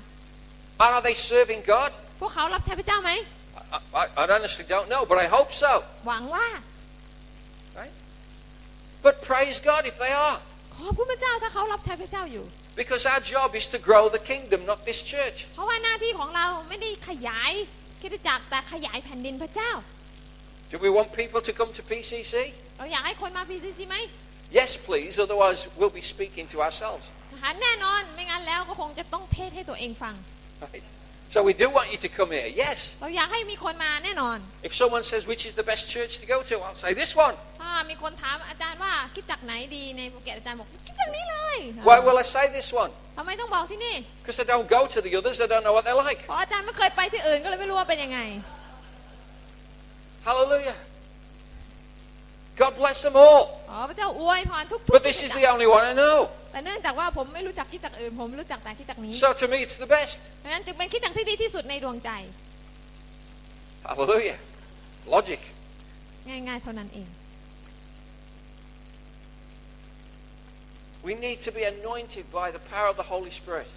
And are they serving God?
พวกเขารับใช้พระเจ้าไหม
I, I, I honestly don't know, but I hope so.
หวังว่า
Right? But praise God if they are.
ขอบคุณพระเจ้าถ้าเขารับใช้พระเจ้าอยู่
Because our job is to grow the kingdom, not this church.
เพราะว่าหน้าที่ของเราไม่ได้ขยายคริดจักรแต่ขยายแผ่นดินพระเจ้า
Do we want people to come to PCC?
เราอยากให้คนมา PCC ไหม
Yes, please, otherwise we'll be speaking to ourselves.
นะคะแน่นอนไม่งั้นแล้วก็คงจะต้องเทศให้ตัวเองฟัง
Right? So we do want you to come here, yes.
เราอยากให้มีคนมาแน่นอน
If someone says which is the best church to go to, I'll say this one.
ถ้ามีคนถามอาจารย์ว่าคิดจักรไหนดีในภูเก็ตอาจารย์บอกคิดจักรนี้เลย
Why will I say this one?
ทำไมต้องบอกที่นี่
Because I don't go to the others, I don't know what they're like.
เพราะอาจารย์ไม่เคยไปที่อื่นก็เลยไม่รู้ว่าเป็นยังไง
Hallelujah. God bless them all.
อ๋อพระเจ้าอวยพรทุกๆ
But this is
คริสต
the
จักร
only one I know.
แต่เนื่องจากว่าผมไม่รู้จักคิดจักรอื่น ผมรู้จักแต่คิดจักรนี้
So to me, it's the best.
เพราะฉะนั้นจึงเป็นคิดจักรที่ดีที่สุดในดวงใจ
Hallelujah. Logic.
ง่าย ๆ เท่านั้นเอง
We need to be anointed by the power of the Holy Spirit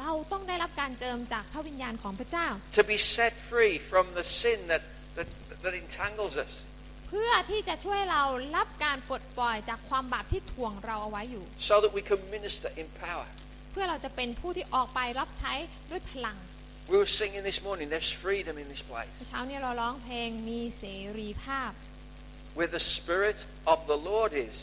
เราต้องได้รับการเจิมจากพระวิญญาณของพระเจ้า
to be set free from the sin that, that, that entangles us.
เพื่อที่จะช่วยเรารับการปลดปล่อยจากความบาปที่ถ่วงเราเอาไว้อยู่
so that we can minister in power.
เพื่อเราจะเป็นผู้ที่ออกไปรับใช้ด้วยพลัง
We were singing this morning, there's freedom in this place.
เช้านี้เราร้องเพลงมีเสรีภาพ
Where the Spirit of the Lord is,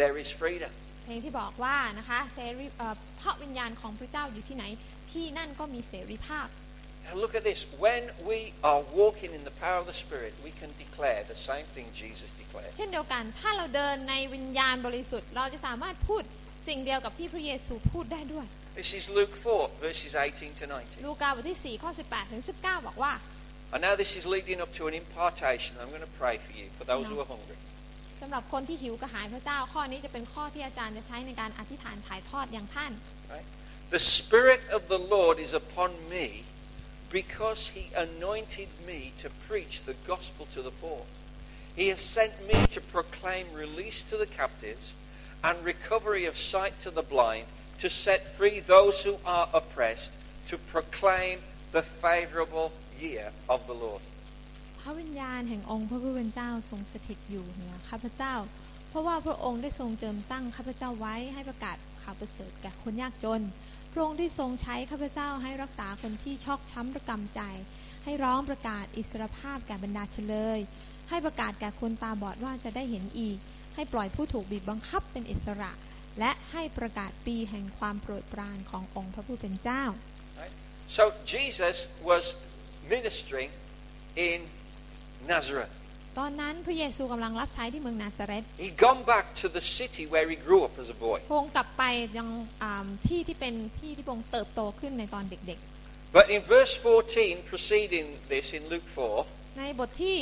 there is freedom.
เพลงที่บอกว่านะคะเสรีเอ่อพระวิญญาณของพระเจ้าอยู่ที่ไหน ที่นั่นก็มีเสรีภาพ
Now look at this. When we are walking in the power of the Spirit, we can declare the same thing Jesus declared.
เช่นเดียวกันถ้าเราเดินในวิญญาณบริสุทธิ์ เราจะสามารถพูดสิ่งเดียวกับที่พระเยซูพูดได้ด้วย
This is Luke 4, verses 18 to 19.
ลูกาบทที่4ข้อ18ถึง19 บอกว่า
And now this is leading up to an impartation. I'm going to pray for you, for those who are hungry.
สำหรับคนที่หิวกระหายพระเจ้าข้อนี้จะเป็นข้อที่อาจารย์จะใช้ในการอธิษฐานถ่ายทอดอย่างท่าน
Right? The Spirit of the Lord is upon me because He anointed me to preach the gospel to the poor. He has sent me to proclaim release to the captives and recovery of sight to the blind, to set free those who are oppressed, to proclaim the favorable year of the Lord.
พระวิญญาณแห่งองค์พระผู้เป็นเจ้าทรงสถิตอยู่เหนือข้าพเจ้า เพราะว่าพระองค์ได้ทรงเจิมตั้งข้าพเจ้าไว้ให้ประกาศข่าวประเสริฐแก่คนยากจน พระองค์ได้ทรงใช้ข้าพเจ้าให้รักษาคนที่ชอกช้ำระกำใจ ให้ร้องประกาศอิสรภาพแก่บรรดาเฉลย ให้ประกาศแก่คนตาบอดว่าจะได้เห็นอีก ให้ปล่อยผู้ถูกบีบบังคับเป็นอิสระ และให้ประกาศปีแห่งความโปรดปรานขององค์พระผู้เป็นเจ้า
Right? So Jesus was ministering in Nazareth.
ตอนนั้นพระเยซูกำลังรับใช้ที่เมืองนาซาเรต
He'd gone back to the city where he grew up as a boy.
พงกลับไปยังอ่าที่ที่เป็นที่ที่พงเติบโตขึ้นในตอนเด็ก
But in verse 14, preceding this in Luke 4,
ๆ ในบทที่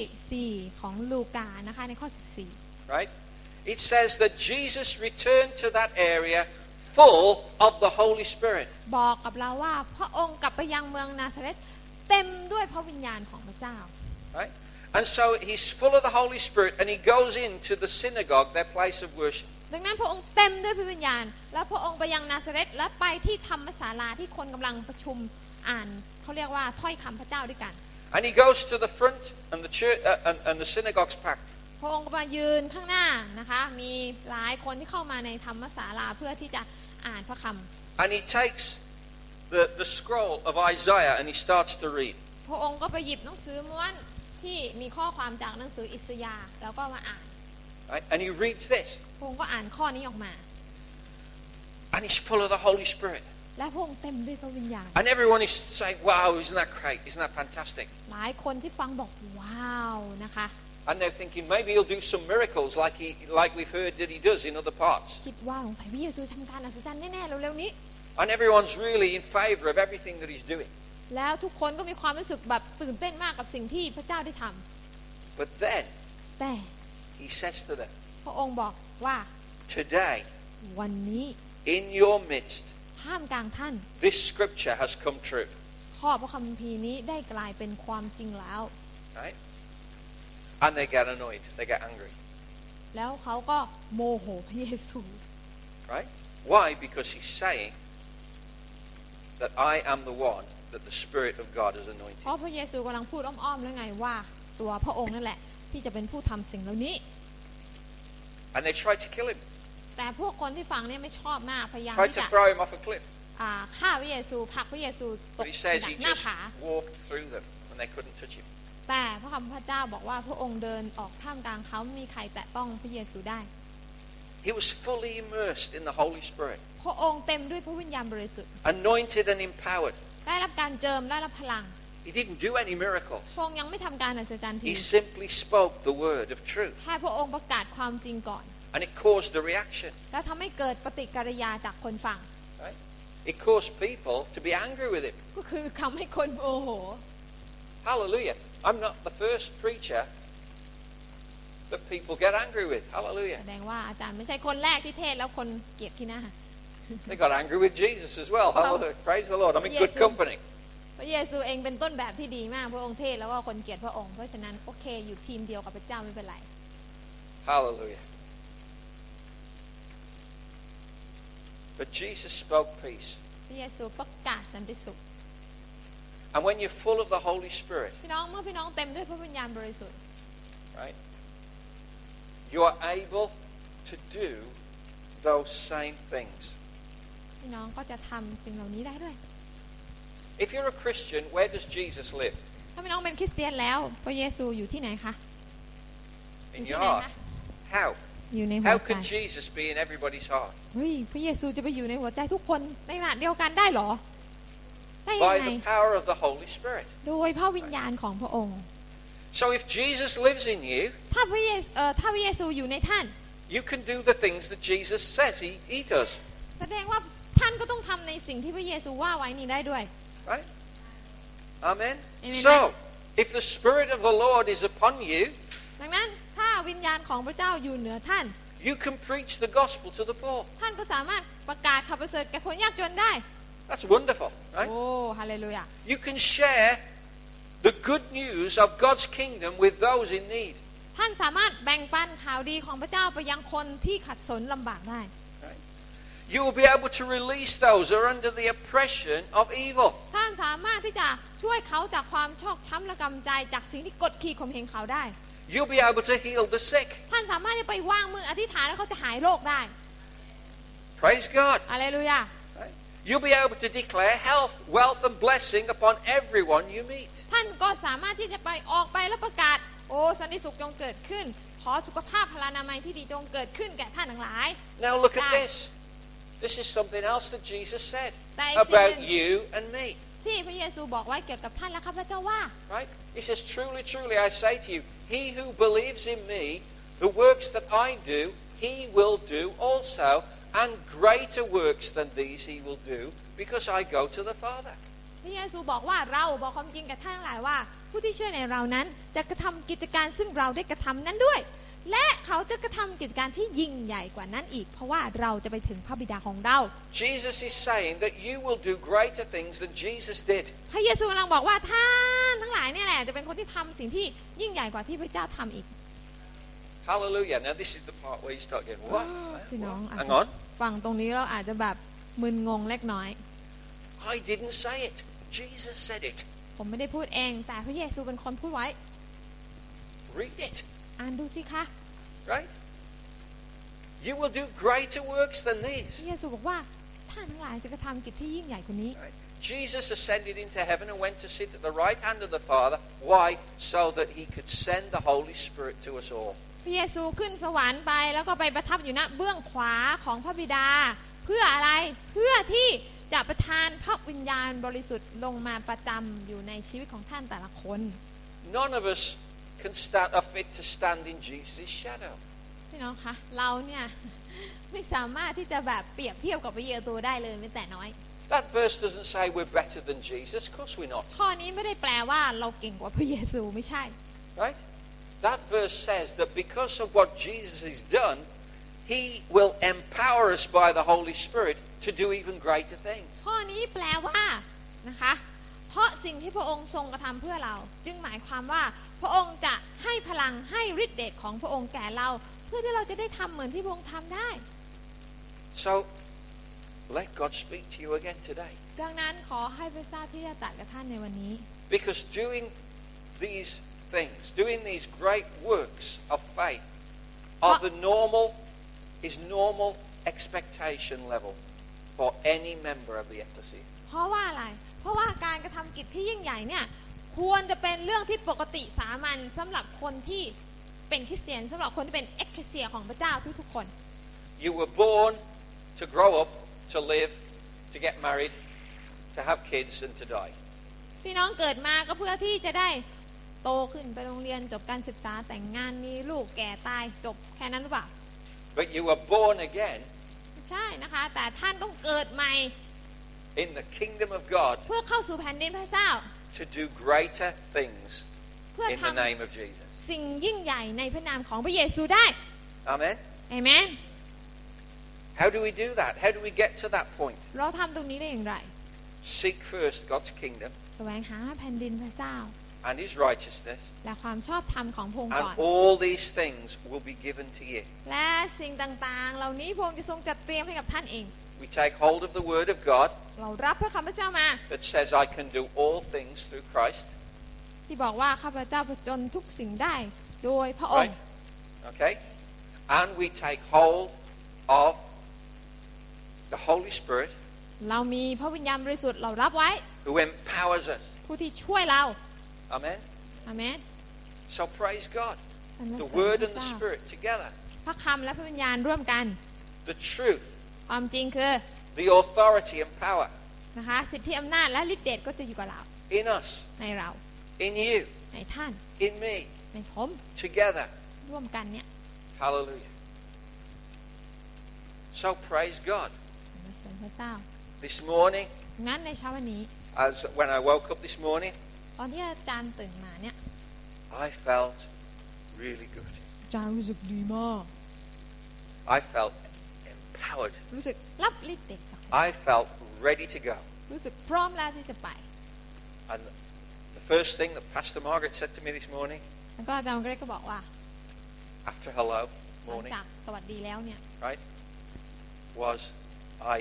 4 ของลูกานะคะในข้อ 14
right, it says that Jesus returned to that area full of the Holy Spirit.
บอกกับเราว่าพระองค์กลับไปยังเมืองนาซาเรตเต็มด้วยพระวิญญาณของพระเจ้า
Right? And so he's full of the Holy Spirit and he goes into the synagogue, their place of worship.
ดังนั้นพระองค์เต็มด้วยพระวิญญาณ และพระองค์ไปยังนาซาเรตและไปที่ธรรมศาลาที่คนกำลังประชุมอ่านเขาเรียกว่าถ้อยคำพระเจ้าด้วยกัน
And he goes to the front and the church uh, and, and the synagogue's packed.
พระองค์ก็มายืนข้างหน้านะคะ มีหลายคนที่เข้ามาในธรรมศาลาเพื่อที่จะอ่านพระคำ
And he takes the, the scroll of Isaiah and he starts to read.
พระองค์ก็ไปหยิบหนังสือม้วนที่มีข้อความจากหนังสืออิสยาห์แล้วก็มาอ่าน
Right? And he reads this.
พระองค์ก็อ่านข้อนี้ออกมา
And he's full of the Holy Spirit.
และพระองค์เต็มด้วยพระวิญญาณ
And everyone is saying, wow, isn't that great? Isn't that fantastic?
หลายคนที่ฟังบอกว้าวนะคะ
And they're thinking maybe he'll do some miracles like, he, like we've heard that he does in other parts.
คิดว่าสงสัยพระเยซูทำการอัศจรรย์แน่ๆเร็วๆนี้
And everyone's really in favour of everything that he's doing.
แล้วทุกคนก็มีความรู้สึกแบบตื่นเต้นมากกับสิ่งที่พระเจ้าได้ทำ
But then
แต่
he says to them,
พระองค์บอกว่า
Today,
วันนี้
in your midst,
ห้ามกลางท่าน
this scripture has come true.
ข้อพระคัมภีร์นี้ได้กลายเป็นความจริงแล้ว
Right? And they get annoyed, they get angry.
แล้วเขาก็โมโหพระเยซู
Right? Why? Because he's saying that I am the one that the Spirit of God has anointed.
เพราะพระเยซูกำลังพูดอ้อมๆแล้วไงว่า ตัวพระองค์นั่นแหละ ที่จะเป็นผู้ทำสิ่งเหล่านี้
And they tried to kill him,
แต่พวกคนที่ฟังเนี่ยไม่ชอบมากพยายาม
tried
ที่
to
จะ
throw him off a cliff.
อ่าฆ่าพระเยซูผลักพระเยซูตก
But he says
จาก
he
หน้า
just
ผา
walked through them and they couldn't touch him.
แต่พระคำพระเจ้าบอกว่าพระองค์เดินออกท่ามกลางเขาไม่มีใครแตะต้องพระเยซูได้
He was fully immersed in the Holy Spirit,
พระองค์เต็มด้วยพระวิญญาณบริสุทธิ์
anointed and empowered.
ได้รับการเจิมได้รับพลัง
He didn't do any miracles.
พระองค์ยังไม่ทำการอัศจรรย์ที
He simply spoke the word of truth
แค่พระองค์ประกาศความจริงก่อน
and it caused a reaction.
แล้วทำให้เกิดปฏิกิริยาจากคนฟัง
Right? It caused people to be angry with him.
ก็คือทำให้คนโมโห
Hallelujah. I'm not the first preacher that people get angry with. Hallelujah.
แสดงว่าอาจารย์ไม่ใช่คนแรกที่เทศแล้วคนเกลียดที่หน้า
They got angry with Jesus as well. Hallelujah. Praise the Lord. I'm in good
Yes.
company.
พระเยซูเองเป็นต้นแบบที่ดีมาก พระองค์เทศแล้วก็คนเกลียดพระองค์ เพราะฉะนั้นโอเคอยู่ทีมเดียวกับพระเจ้าไม่เป็นไร
Hallelujah. But Jesus spoke peace.
พระเยซูประกาศสันติสุข
And when you're full of the Holy Spirit,
พี่น้องเมื่อพี่น้องเต็มด้วยพระวิญญาณบริสุทธิ์
right, you are able to do those same things.
พี่น้องก็จะทำสิ่งเหล่านี้ได้ด้วย
If you're a Christian, where does Jesus live?
ถ้าพี่น้องเป็นคริสเตียนแล้วพระเยซูอยู่ที่ไหนคะ
In
อยู่ที่
your
ไหน
heart.
คะ
How?
อยู่ในหั
How
วใจ
could Jesus be in everybody's heart?
เฮ้ยพระเยซูจะไปอยู่ในหัวใจทุกคนในขณะเดียวกันได้เหรอ ได้ยัง
By
ไง
the power of the Holy Spirit.
โดยพระวิญญาณของพระองค์
So if Jesus lives in you,
ถ้าพระเยซูเอ่อถ้าพระเยซูอยู่ในท่าน
you can do the things that Jesus says he, he does.
แสดงว่าท่านก็ต้องทำในสิ่งที่พระเยซูว่าไว้นี้ได้ด้วย
Right? Amen?
Amen.
So, if the Spirit of the Lord is upon you,
ดังนั้นถ้าวิญญาณของพระเจ้าอยู่เหนือท่าน
you can preach the gospel to the poor.
ท่านก็สามารถประกาศข่าวประเสริฐแก่คนยากจนได้
That's wonderful, right?
โอ้ฮาเลลูยา
You can share the good news of God's kingdom with those in need.
ท่านสามารถแบ่งปันข่าวดีของพระเจ้าไปยังคนที่ขัดสนลำบากได้
You will be able to release those who are under the oppression of evil.
ท่านสามารถที่จะช่วยเขาจากความชอกช้ำระกำใจจากสิ่งที่กดขี่ข่มเหงเขาได้
You'll be able to heal the sick.
ท่านสามารถจะไปวางมืออธิษฐานแล้วเขาจะหายโรคได้
Praise God.
อะไรลูยา
Right? You'll be able to declare health, wealth, and blessing upon everyone you meet.
ท่านก็สามารถที่จะไปออกไปแล้วประกาศ โอ้สันติสุขจงเกิดขึ้น ขอสุขภาพพลานามัยที่ดีจงเกิดขึ้นแก่ท่านทั้งหลาย
Now look at
Right.
this. This is something else that Jesus said
That is
about
something-
you and me.
ที่พระเยซูบอกไว้เกี่ยวกับท่านและข้าพเจ้าว่า
Right? He says, Truly, truly, I say to you, he who believes in me, the works that I do, he will do also, and greater works than these he will do, because I go to the Father.
พระเยซูบอกว่าเราบอกความจริงกับท่านทั้งหลายว่า ผู้ที่เชื่อในเรานั้นจะกระทำกิจการซึ่งเราได้กระทำนั้นด้วย และเขาจะกระทำกิจการที่ยิ่งใหญ่กว่านั้นอีก เพราะว่าเราจะไปถึงพระบิดาของเรา
Jesus is saying that you will do greater things than Jesus did.
พระเยซูกำลังบอกว่าท่านทั้งหลายเนี่ยแหละจะเป็นคนที่ทำสิ่งที่ยิ่งใหญ่กว่าที่พระเจ้าทำอีก
Hallelujah. Now, this is the part where you start getting, What?
you know,
What?
I
Hang
think-
on.
ฝั่งตรงนี้เราอาจจะแบบมึนงงเล็กน้อย
I didn't say it. Jesus said it.
ผมไม่ได้พูดเอง แต่พระเยซูเป็นคนพูดไว้
Read it.
อ่านดูสิคะ
Right? You will do greater works than
พ
these.
ระเยซูบอกว่าท่านทั้งหลายจะกระทำกิจที่ยิ่งใหญ่กว่านี้
Right? Jesus ascended into heaven and went to sit at the right hand of the Father. Why? So that he could send the Holy Spirit to us all.
พระเยซูขึ้นสวรรค์ไปแล้วก็ไปประทับอยู่ณเบื้องขวาของพระบิดา เพื่ออะไรเพื่อที่จะประทานพระวิญญาณบริสุทธิ์ลงมาประจำอยู่ในชีวิตของท่านแต่ละคน
None of us can stand, are fit to stand in Jesus' shadow.
พี่น้องคะเราเนี่ยไม่สามารถที่จะแบบเปรียบเทียบกับพระเยซูได้เลยแม้แต่น้อย
That verse doesn't say we're better than Jesus. Of course we're not.
ข้อนี้ไม่ได้แปลว่าเราเก่งกว่าพระเยซูไม่ใช่
Right? That verse says that because of what Jesus has done, he will empower us by the Holy Spirit to do even greater things.
ข้อนี้แปลว่านะคะ เพราะสิ่งที่พระองค์ทรงกระทำเพื่อเรา จึงหมายความว่าพระองค์จะให้พลังให้ฤทธิ์เดชของพระองค์แก่เรา เพื่อที่เราจะได้ทำเหมือนที่พระองค์ทำได้
So, let God speak to you again today.
ดังนั้นขอให้พระเจ้าที่จะตัดกับท่านในวันนี้
Because doing these things, doing these great works of faith, are
Well-
the normal, is normal expectation level. for any member of the ecclesia.
เพราะว่าอะไร เพราะว่าการกระทำกิจที่ยิ่งใหญ่เนี่ยควรจะเป็นเรื่องที่ปกติสามัญสำหรับคนที่เป็นคริสเตียนสำหรับคนที่เป็นเอ็กเซียของพระเจ้าทุกๆคน
You were born to grow up, to live, to get married, to have kids, and to die.
พี่น้องเกิดมาก็เพื่อที่จะได้โตขึ้นไปโรงเรียนจบการศึกษาแต่งงานมีลูกแก่ตายจบแค่นั้นหรือเปล่า
But you were born again
ไม่ใช่นะคะ แต่ท่านต้องเกิดใหม่
in the kingdom of God
เพื่อเข้าสู่แผ่นดินพระเจ้า
to do greater things
เพื่อ
in
ท
the name of Jesus.
ำสิ่งยิ่งใหญ่ในพระนามของพระเยซูได้
Amen.
เอเมน
How do we do that? How do we get to that point?
เราทำตรงนี้ได้อย่างไร
Seek first God's kingdom
แสวงหาแผ่นดินพระเจ้า
and his righteousness,
และความชอบธรรมของพระองค์
and
ก่อน
all these things will be given to you.
และสิ่งต่างๆ เหล่านี้พระองค์จะทรงจัดเตรียมให้กับท่านเอง
We take hold of the word of God
เรารับพระคำพระเจ้ามา
that says, I can do all things through Christ.
ที่บอกว่าข้าพเจ้าผจญทุกสิ่งได้ โดยพระองค์
Right? Okay? And we take hold of the Holy Spirit
เรามีพระวิญญาณบริสุทธิ์เรารับไว้
who empowers us. ผู้
ผู้ที่ช่วยเรา
ช่วยเรา Amen.
อาเมน
So praise God.
สรรเสริญ
The
พ
Word
ระ
and the
เจ้า
Spirit together.
พระคำและพระวิญญาณร่วมกัน
The truth,
ความจริงคือ
the authority and power
นะคะ สิทธิอำนาจและฤทธิเดชก็จะอยู่กับเรา
in us,
ในเรา
in you,
ในท่าน
in me,
ในผม
together.
ร่วมกันเนี่ย
Hallelujah. So praise God.
สรรเสริญพระเจ้า
This morning,
งั้นในเช้าวันนี้
as when I woke up this morning,
ตอนที่อาจารย์ตื่นมาเนี่ย
I felt really good.
อาจารย์รู้สึกดีมาก
I felt empowered.
รู้สึกรับฤทธิ์เดชจาก
I felt ready to go.
รู้สึกพร้อมแล้วที่จะไป
And the first thing that Pastor Margaret said to me this morning,
แล้วก็อาจารย์เกรกก็บอกว่า
after hello
หลัง
morning,
จากสวัสดีแล้วเนี่ย
right, was I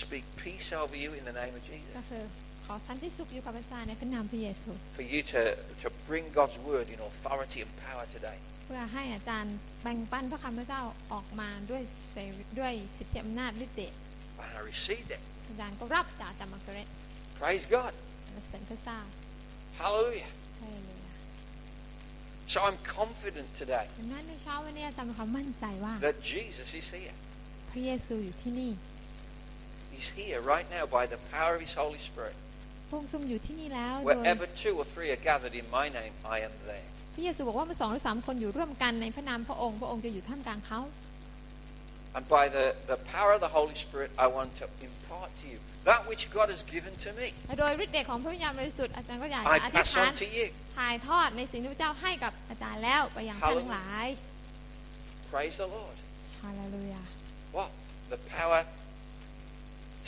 speak peace over you in the name of Jesus
ก็คือขอสันติสุขอยู่กับพระเจ้าในพระนามพระเยซู
for you to, to bring God's word in authority and power today.
เพื่อให้อาจารย์แบ่งปันพระคำพระเจ้าออกมาด้วยเสรีด้วยสิทธิอำนาจฤทธิ์เดช
And I received it.
อาจารย์ก็รับจากอาจารย์มาร์เกเรต
Praise God.
สรรเสริญพระเจ้า
Hallelujah.
ใช่เลย
So I'm confident today
ดังนั้นในเช้าวันนี้อาจารย์มีความมั่นใจว่า
that Jesus is here.
พระเยซูอยู่ที่นี่
He's here right now by the power of his Holy Spirit.
พระองค์ทรงอยู่ที่นี่แล้วโดย
Wherever two or three are gathered in my name, I am there.
พระเยซูบอกว่าเมื่อสองหรือสามคนอยู่ร่วมกันในพระนามพระองค์ พระองค์จะอยู่ท่ามกลางเขา
And by the, the power of the Holy Spirit, I want to impart to you that which God has given to me.
และโดยฤทธิ์เดชของพระวิญญาณบริสุทธิ์อาจารย์ก็อยาก
I
จะอธิษ
pass
ฐาน
on to you.
ถ่ายทอดในสิ่งที่พระเจ้าให้กับอาจารย์แล้วไปยังท่านทั้งหลาย
Praise the Lord.
ฮาเลลูยา
What? The power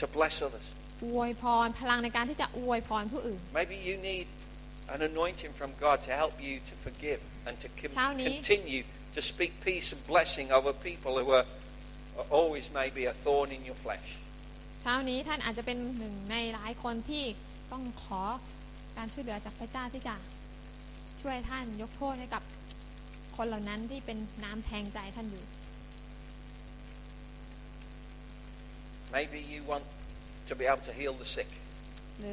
to bless others.
อวยพรพลังในการที่จะอวยพรผู้อื่น
Maybe you need an anointing from God to help you to forgive and to
Tao
com-
ni.
continue to speak peace and blessing over people who are, are always maybe a thorn in your flesh.
เช้านี้ท่านอาจจะเป็นหนึ่งในหลายคนที่ต้องขอการช่วยเหลือจากพระเจ้าที่จะช่วยท่านยกโทษให้กับคนเหล่านั้นที่เป็นน้ำแทงใจท่านอยู่
Maybe you want to be able to heal the sick.
หรือ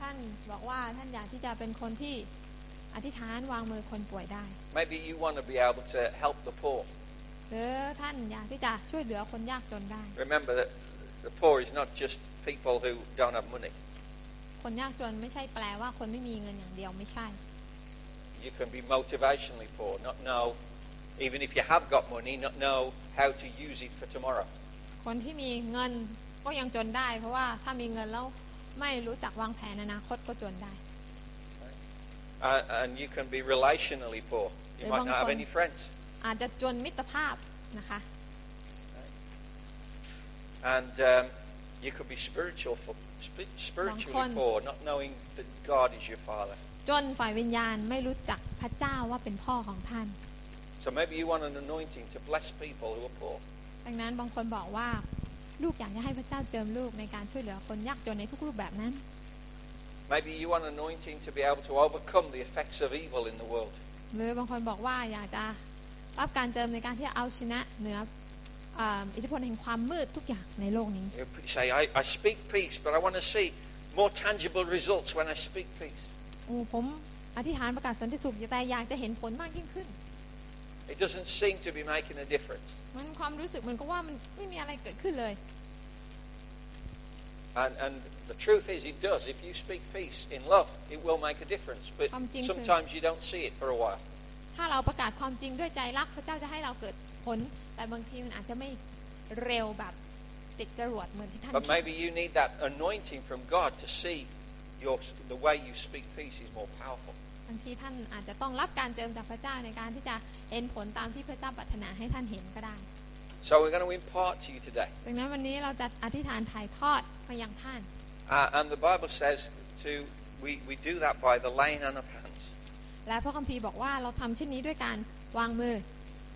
ท่านบอกว่าท่านอยากที่จะเป็นคนที่อธิษฐานวางมือคนป่วยได้
Maybe you want to be able to help the poor.
หรือท่านอยากที่จะช่วยเหลือคนยากจนได้
Remember that the poor is not just people who don't have money.
คนยากจนไม่ใช่แปลว่าคนไม่มีเงินอย่างเดียวไม่ใช่
You can be motivationally poor, not know, even if you have got money, not know how to use it for tomorrow.
คนที่มีเงินก็ยังจนได้ เพราะว่าถ้ามีเงินแล้วไม่รู้จักวางแผนอนาคตก็จนได้
Uh, and you can be relationally poor. You
Để
might
băng
not have
quần.
any friends.
อาจจะจนมิตรภาพนะคะ
And um, you could be spiritual for, spi- spiritually
quần.
poor, not knowing that God is your Father.
จนฝ่ายวิญญาณไม่รู้จักพระเจ้าว่าเป็นพ่อของท่าน
So maybe you want an anointing to bless people who are poor.
ดังนั้นบางคนบอกว่า ลูกอยากจะให้พระเจ้าเจิมลูกในการช่วยเหลือคนยากจนในทุกรูปแบบนั้น
Maybe you want an anointing to be able to overcome the effects of evil in the world.
หรือบางคนบอกว่าอยากจะรับการเจิมในการที่จะเอาชนะเหนือ เอ่ออิทธิพลแห่งความมืดทุกอย่างในโลกนี้
You say, I, I speak peace, but I want to see more tangible results when I speak peace.
โอ้ผมอธิษฐานประกาศสันติสุขแต่อยากจะเห็นผลมากยิ่งขึ้น
It doesn't seem to be making a difference.
มันความรู้สึกเหมือนกับว่ามันไม่มีอะไรเกิดขึ้นเลย
And, and the truth is, it does. If you speak peace in love, it will make a difference. But
Am Jin Pu.
sometimes you don't see it for a while.
ถ้าเราประกาศความจริงด้วยใจรัก พระเจ้าจะให้เราเกิดผล แต่บางทีมันอาจจะไม่เร็วแบบติดจรวดเหมือนที่ท่าน
But
คิด
maybe you need that anointing from God to see your, the way you speak peace is more powerful.
บางทีท่านอาจจะต้องรับการเจิมจากพระเจ้าในการที่จะเห็นผลตามที่พระเจ้าปรารถนาให้ท่านเห็นก็ได้
So we're going to impart to you today.
ดังนั้นวันนี้เราจะอธิษฐานถ่ายทอดมายังท่าน
Uh, and the Bible says to we, we do that by the laying on of hands.
และพระคัมภีร์บอกว่าเราทำเช่นนี้ด้วยการวางมือ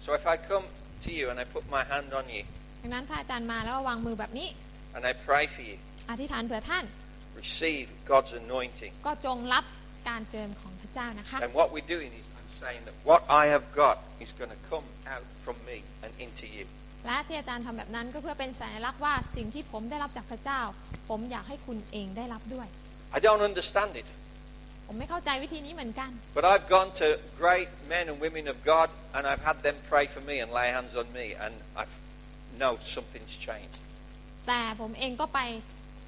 So if I come to you and I put my hand on you
ดังนั้นถ้าอาจารย์มาแล้วก็วางมือแบบนี้
and I pray for you,
อธิษฐานเผื่อท่าน
receive God's anointing.
ก็จงรับการเจิมของพระเจ้านะคะ
And what we're doing is I'm saying that what I have got is going to come out from me and into you.
และที่อาจารย์ทำแบบนั้นก็เพื่อเป็นสัญลักษณ์ว่าสิ่งที่ผมได้รับจากพระเจ้า ผมอยากให้คุณเองได้รับด้วย
I don't understand it,
ผมไม่เข้าใจวิธีนี้เหมือนกัน
but I've gone to great men and women of God and I've had them pray for me and lay hands on me and I know something's changed.
แต่ผมเองก็ไป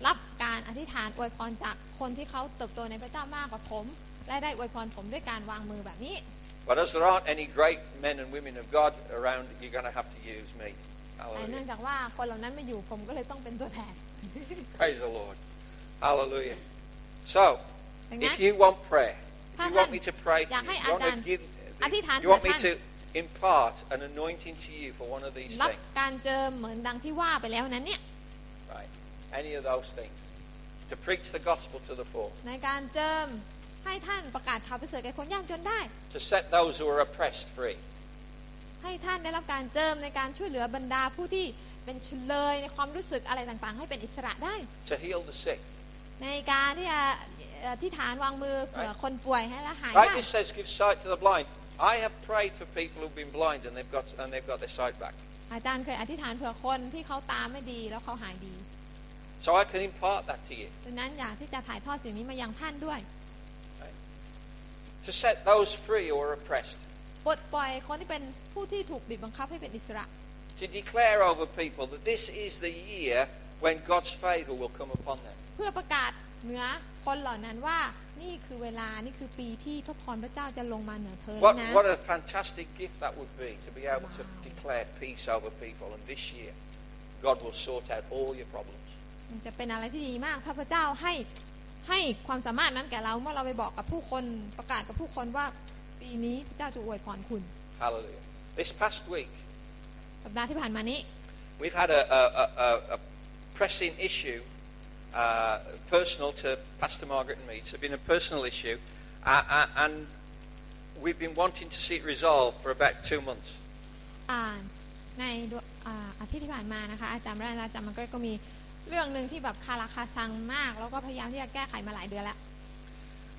รับการอธิษฐานอวยพรจากคนที่เขาเติบโตในพระเจ้ามากกว่าผม และได้อวยพรผมด้วยการวางมือแบบนี้
But as there aren't any great men and women of God around, you're going to have to use me.
แต่เนื่อ
Hallelujah.
งจากว่าคนเหล่านั้นไม่อยู่ผมก็เลยต้องเป็นตัวแทน
Praise the Lord. Hallelujah. So,
Amen.
if you want prayer, if
Amen.
you want me to pray, for
Yeah,
you,
hey,
you want to
Adan.
give,
Adan,
you want me
Adan.
to impart an anointing to you for one of these
รับ
things,
การเจิมเหมือนดังที่ว่าไปแล้วนั้นเนี่ย
right? Any of those things, to preach the gospel to the poor,
ในการเจิมให้ท่านประกาศข่าวประเสริฐแก่คนยากจนได้
to set those who are oppressed free,
ให้ท่านได้รับการเจิมในการช่วยเหลือบรรดาผู้ที่เป็นเฉลยในความรู้สึกอะไรต่างๆ ให้เป็นอิสระได้
to heal the sick.
ในการที่จะเอ่อที่ฐานวางมือเผื่อคนป่วยให้และหายได้
Right? This says, give sight to the blind. I have prayed for people who've been blind and they've got and they've got their sight back.
อาจารย์เคยอธิษฐานเผื่อคนที่เขาตาไม่ดีแล้วเขาหายดี
So I can impart that to you.
ดังนั้นอยากที่จะถ่ายทอดสิ่งนี้มายังท่านด้วย
To set those free who are oppressed.
ปลดปล่อยคนที่เป็นผู้ที่ถูกบีบบังคับให้เป็นอิสระ
To declare over people that this is the year when God's favour will come upon them.
เพื่อประกาศเหนือคนเหล่านั้นว่านี่คือเวลานี่คือปีที่พระพรพระเจ้าจะลงมาเหนือเธอ
What,
นะ
what a fantastic gift that would be to be able
Wow.
to declare peace over people. And this year, God will sort out all your problems.
มันจะเป็นอะไรที่ดีมากถ้าพระเจ้าให้ให้ความสามารถนั้นแก่เราเมื่อเราไปบอกกับผู้คนประกาศกับผู้คนว่าปีนี้พระเจ้าจะอวยพรคุณ
Hallelujah. This past week,
สัปดาห์ที่ผ่านมานี้
we've had a, a, a, a- a pressing issue, uh, personal to Pastor Margaret and me. It's been a personal issue, uh, uh, and we've been wanting to see it resolved for about two months.
อ่านในดวอ่าอาทิตย์ที่ผ่านมานะคะอาจารย์แรกอาจารย์มันก็ก็มีเรื่องหนึ่งที่แบบคาราคาซังมาก แล้วก็พยายามที่จะแก้ไขมาหลายเดือนแล้ว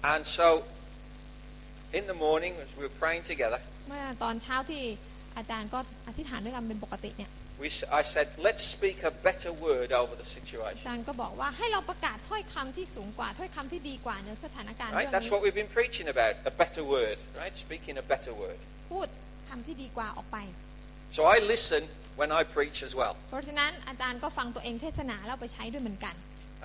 And so, in the morning, as we were praying together,
เมื่อตอนเช้าที่อาจารย์ก็อธิษฐานด้วยกันเป็นปกติเนี่ย
we, s- I said, let's speak a better word over the
อา
situation.
จารย์ก็บอกว่าให้เราประกาศถ้อยคำที่สูงกว่าถ้อยคำที่ดีกว่าเหนือสถานการณ์
Right?
เรื่อง
That's
นี้
what we've been preaching about, a better word, right? Speaking a better word.
พูดคำที่ดีกว่าออกไป
So I listen when I preach as well,
เพราะฉะนั้นอาจารย์ก็ฟังตัวเองเทศนาแล้วเอาไปใช้ด้วยเหมือนกัน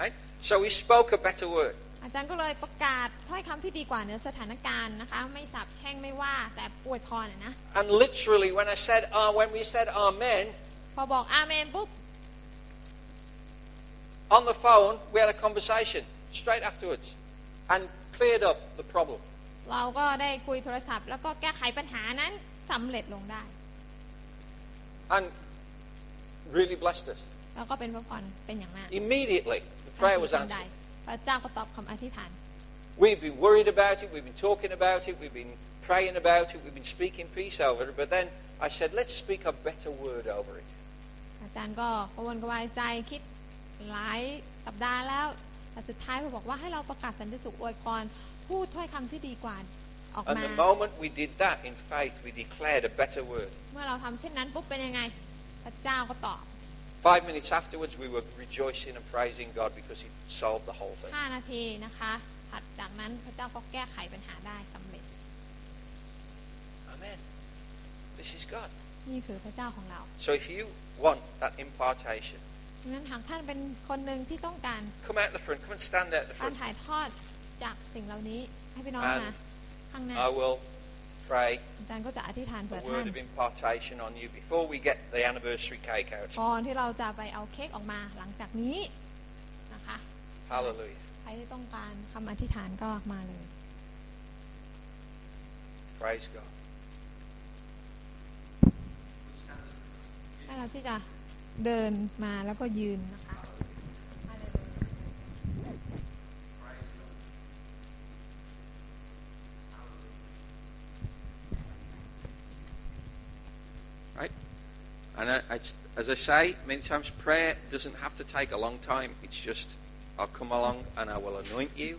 right? So we spoke a better word.
อาจารย์ก็เลยประกาศถ้อยคำที่ดีกว่าเหนือสถานการณ์นะคะ ไม่สาบแช่งไม่ว่าแต่อวยพรอะนะ
And literally, when I said, uh, when we said Amen,
พอบอกอาเมนปุ๊บ
on the phone, we had a conversation straight afterwards and cleared up the problem.
เราก็ได้คุยโทรศัพท์ แล้วก็แก้ไขปัญหานั้นสำเร็จลงได้
And really blessed us.
แล้วก็เป็นพระพรเป็นอย่างมาก
Immediately, the prayer
ทัน
was
ทีทันใด
answered.
พระเจ้าก็ตอบคำอธิษฐาน
We've been worried about it, we've been talking about it, we've been praying about it, we've been speaking peace over it, but then I said, let's speak a better word over it.
อาจารย์ก็กระวนกระวายใจคิดหลายสัปดาห์แล้วแต่สุดท้ายพอบอกว่าให้เราประกาศสันติสุขอวยพรพูดถ้อยคำที่ดีกว่าออก
And
มา
the moment we did that, in faith, we declared a better word.
เมื่อเราทำเช่นนั้นปุ๊บเป็นยังไง พระเจ้าก็ตอบ
Five minutes afterwards, we were rejoicing and praising God because He solved the whole thing.
5 นาทีนะคะถัดจากนั้นพระเจ้าก็แก้ไขปัญหาได้สำเร็จ
Amen. This is God.
นี่คือพระเจ้าของเรา
So if you want that impartation,
ดังนั้นหากท่านเป็นคนหนึ่งที่ต้องการ
come out the front, come and stand out the
การ
front.
ถ่ายทอดจากสิ่งเหล่านี้ให้พี่น้อง
อ่าม
มาข้างหน้า
I will pray
อาจารย์ก็จะอธิษฐานเผื่อ
a
ท่าน
word of impartation on you before we get the anniversary cake out.
ก่อนที่เราจะไปเอาเค้กออกมาหลังจากนี้นะคะ
Hallelujah.
ใครที่ต้องการคำอธิษฐานก็มาเลย
Praise God.
ให้เราที่จะเดินมาแล้วก็ยืนนะคะ
Right? And I, I- as I say many times, prayer doesn't have to take a long time. It's just, I'll come along and I will anoint you.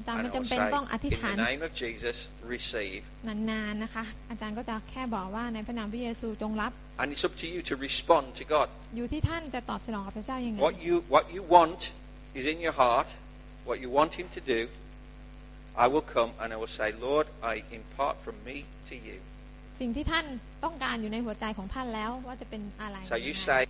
อาจารย์
And
ไม่
I will
จำเป็น
say,
ต้องอธิษ
in
ฐาน
the name of Jesus, receive.
นานๆนะคะ อาจารย์ก็จะแค่บอกว่าในพระนามพระเยซูจงรับ
And it's up to you to respond to God.
อยู่ที่ท่านจะตอบสนองกับพระเจ้ายังไง
What you, what you want is in your heart, what you want Him to do. I will come and I will say, Lord, I impart from me to you.
สิ่งที่ท่านต้องการอยู่ในหัวใจของท่านแล้วว่าจะเป็นอะไร
So you say,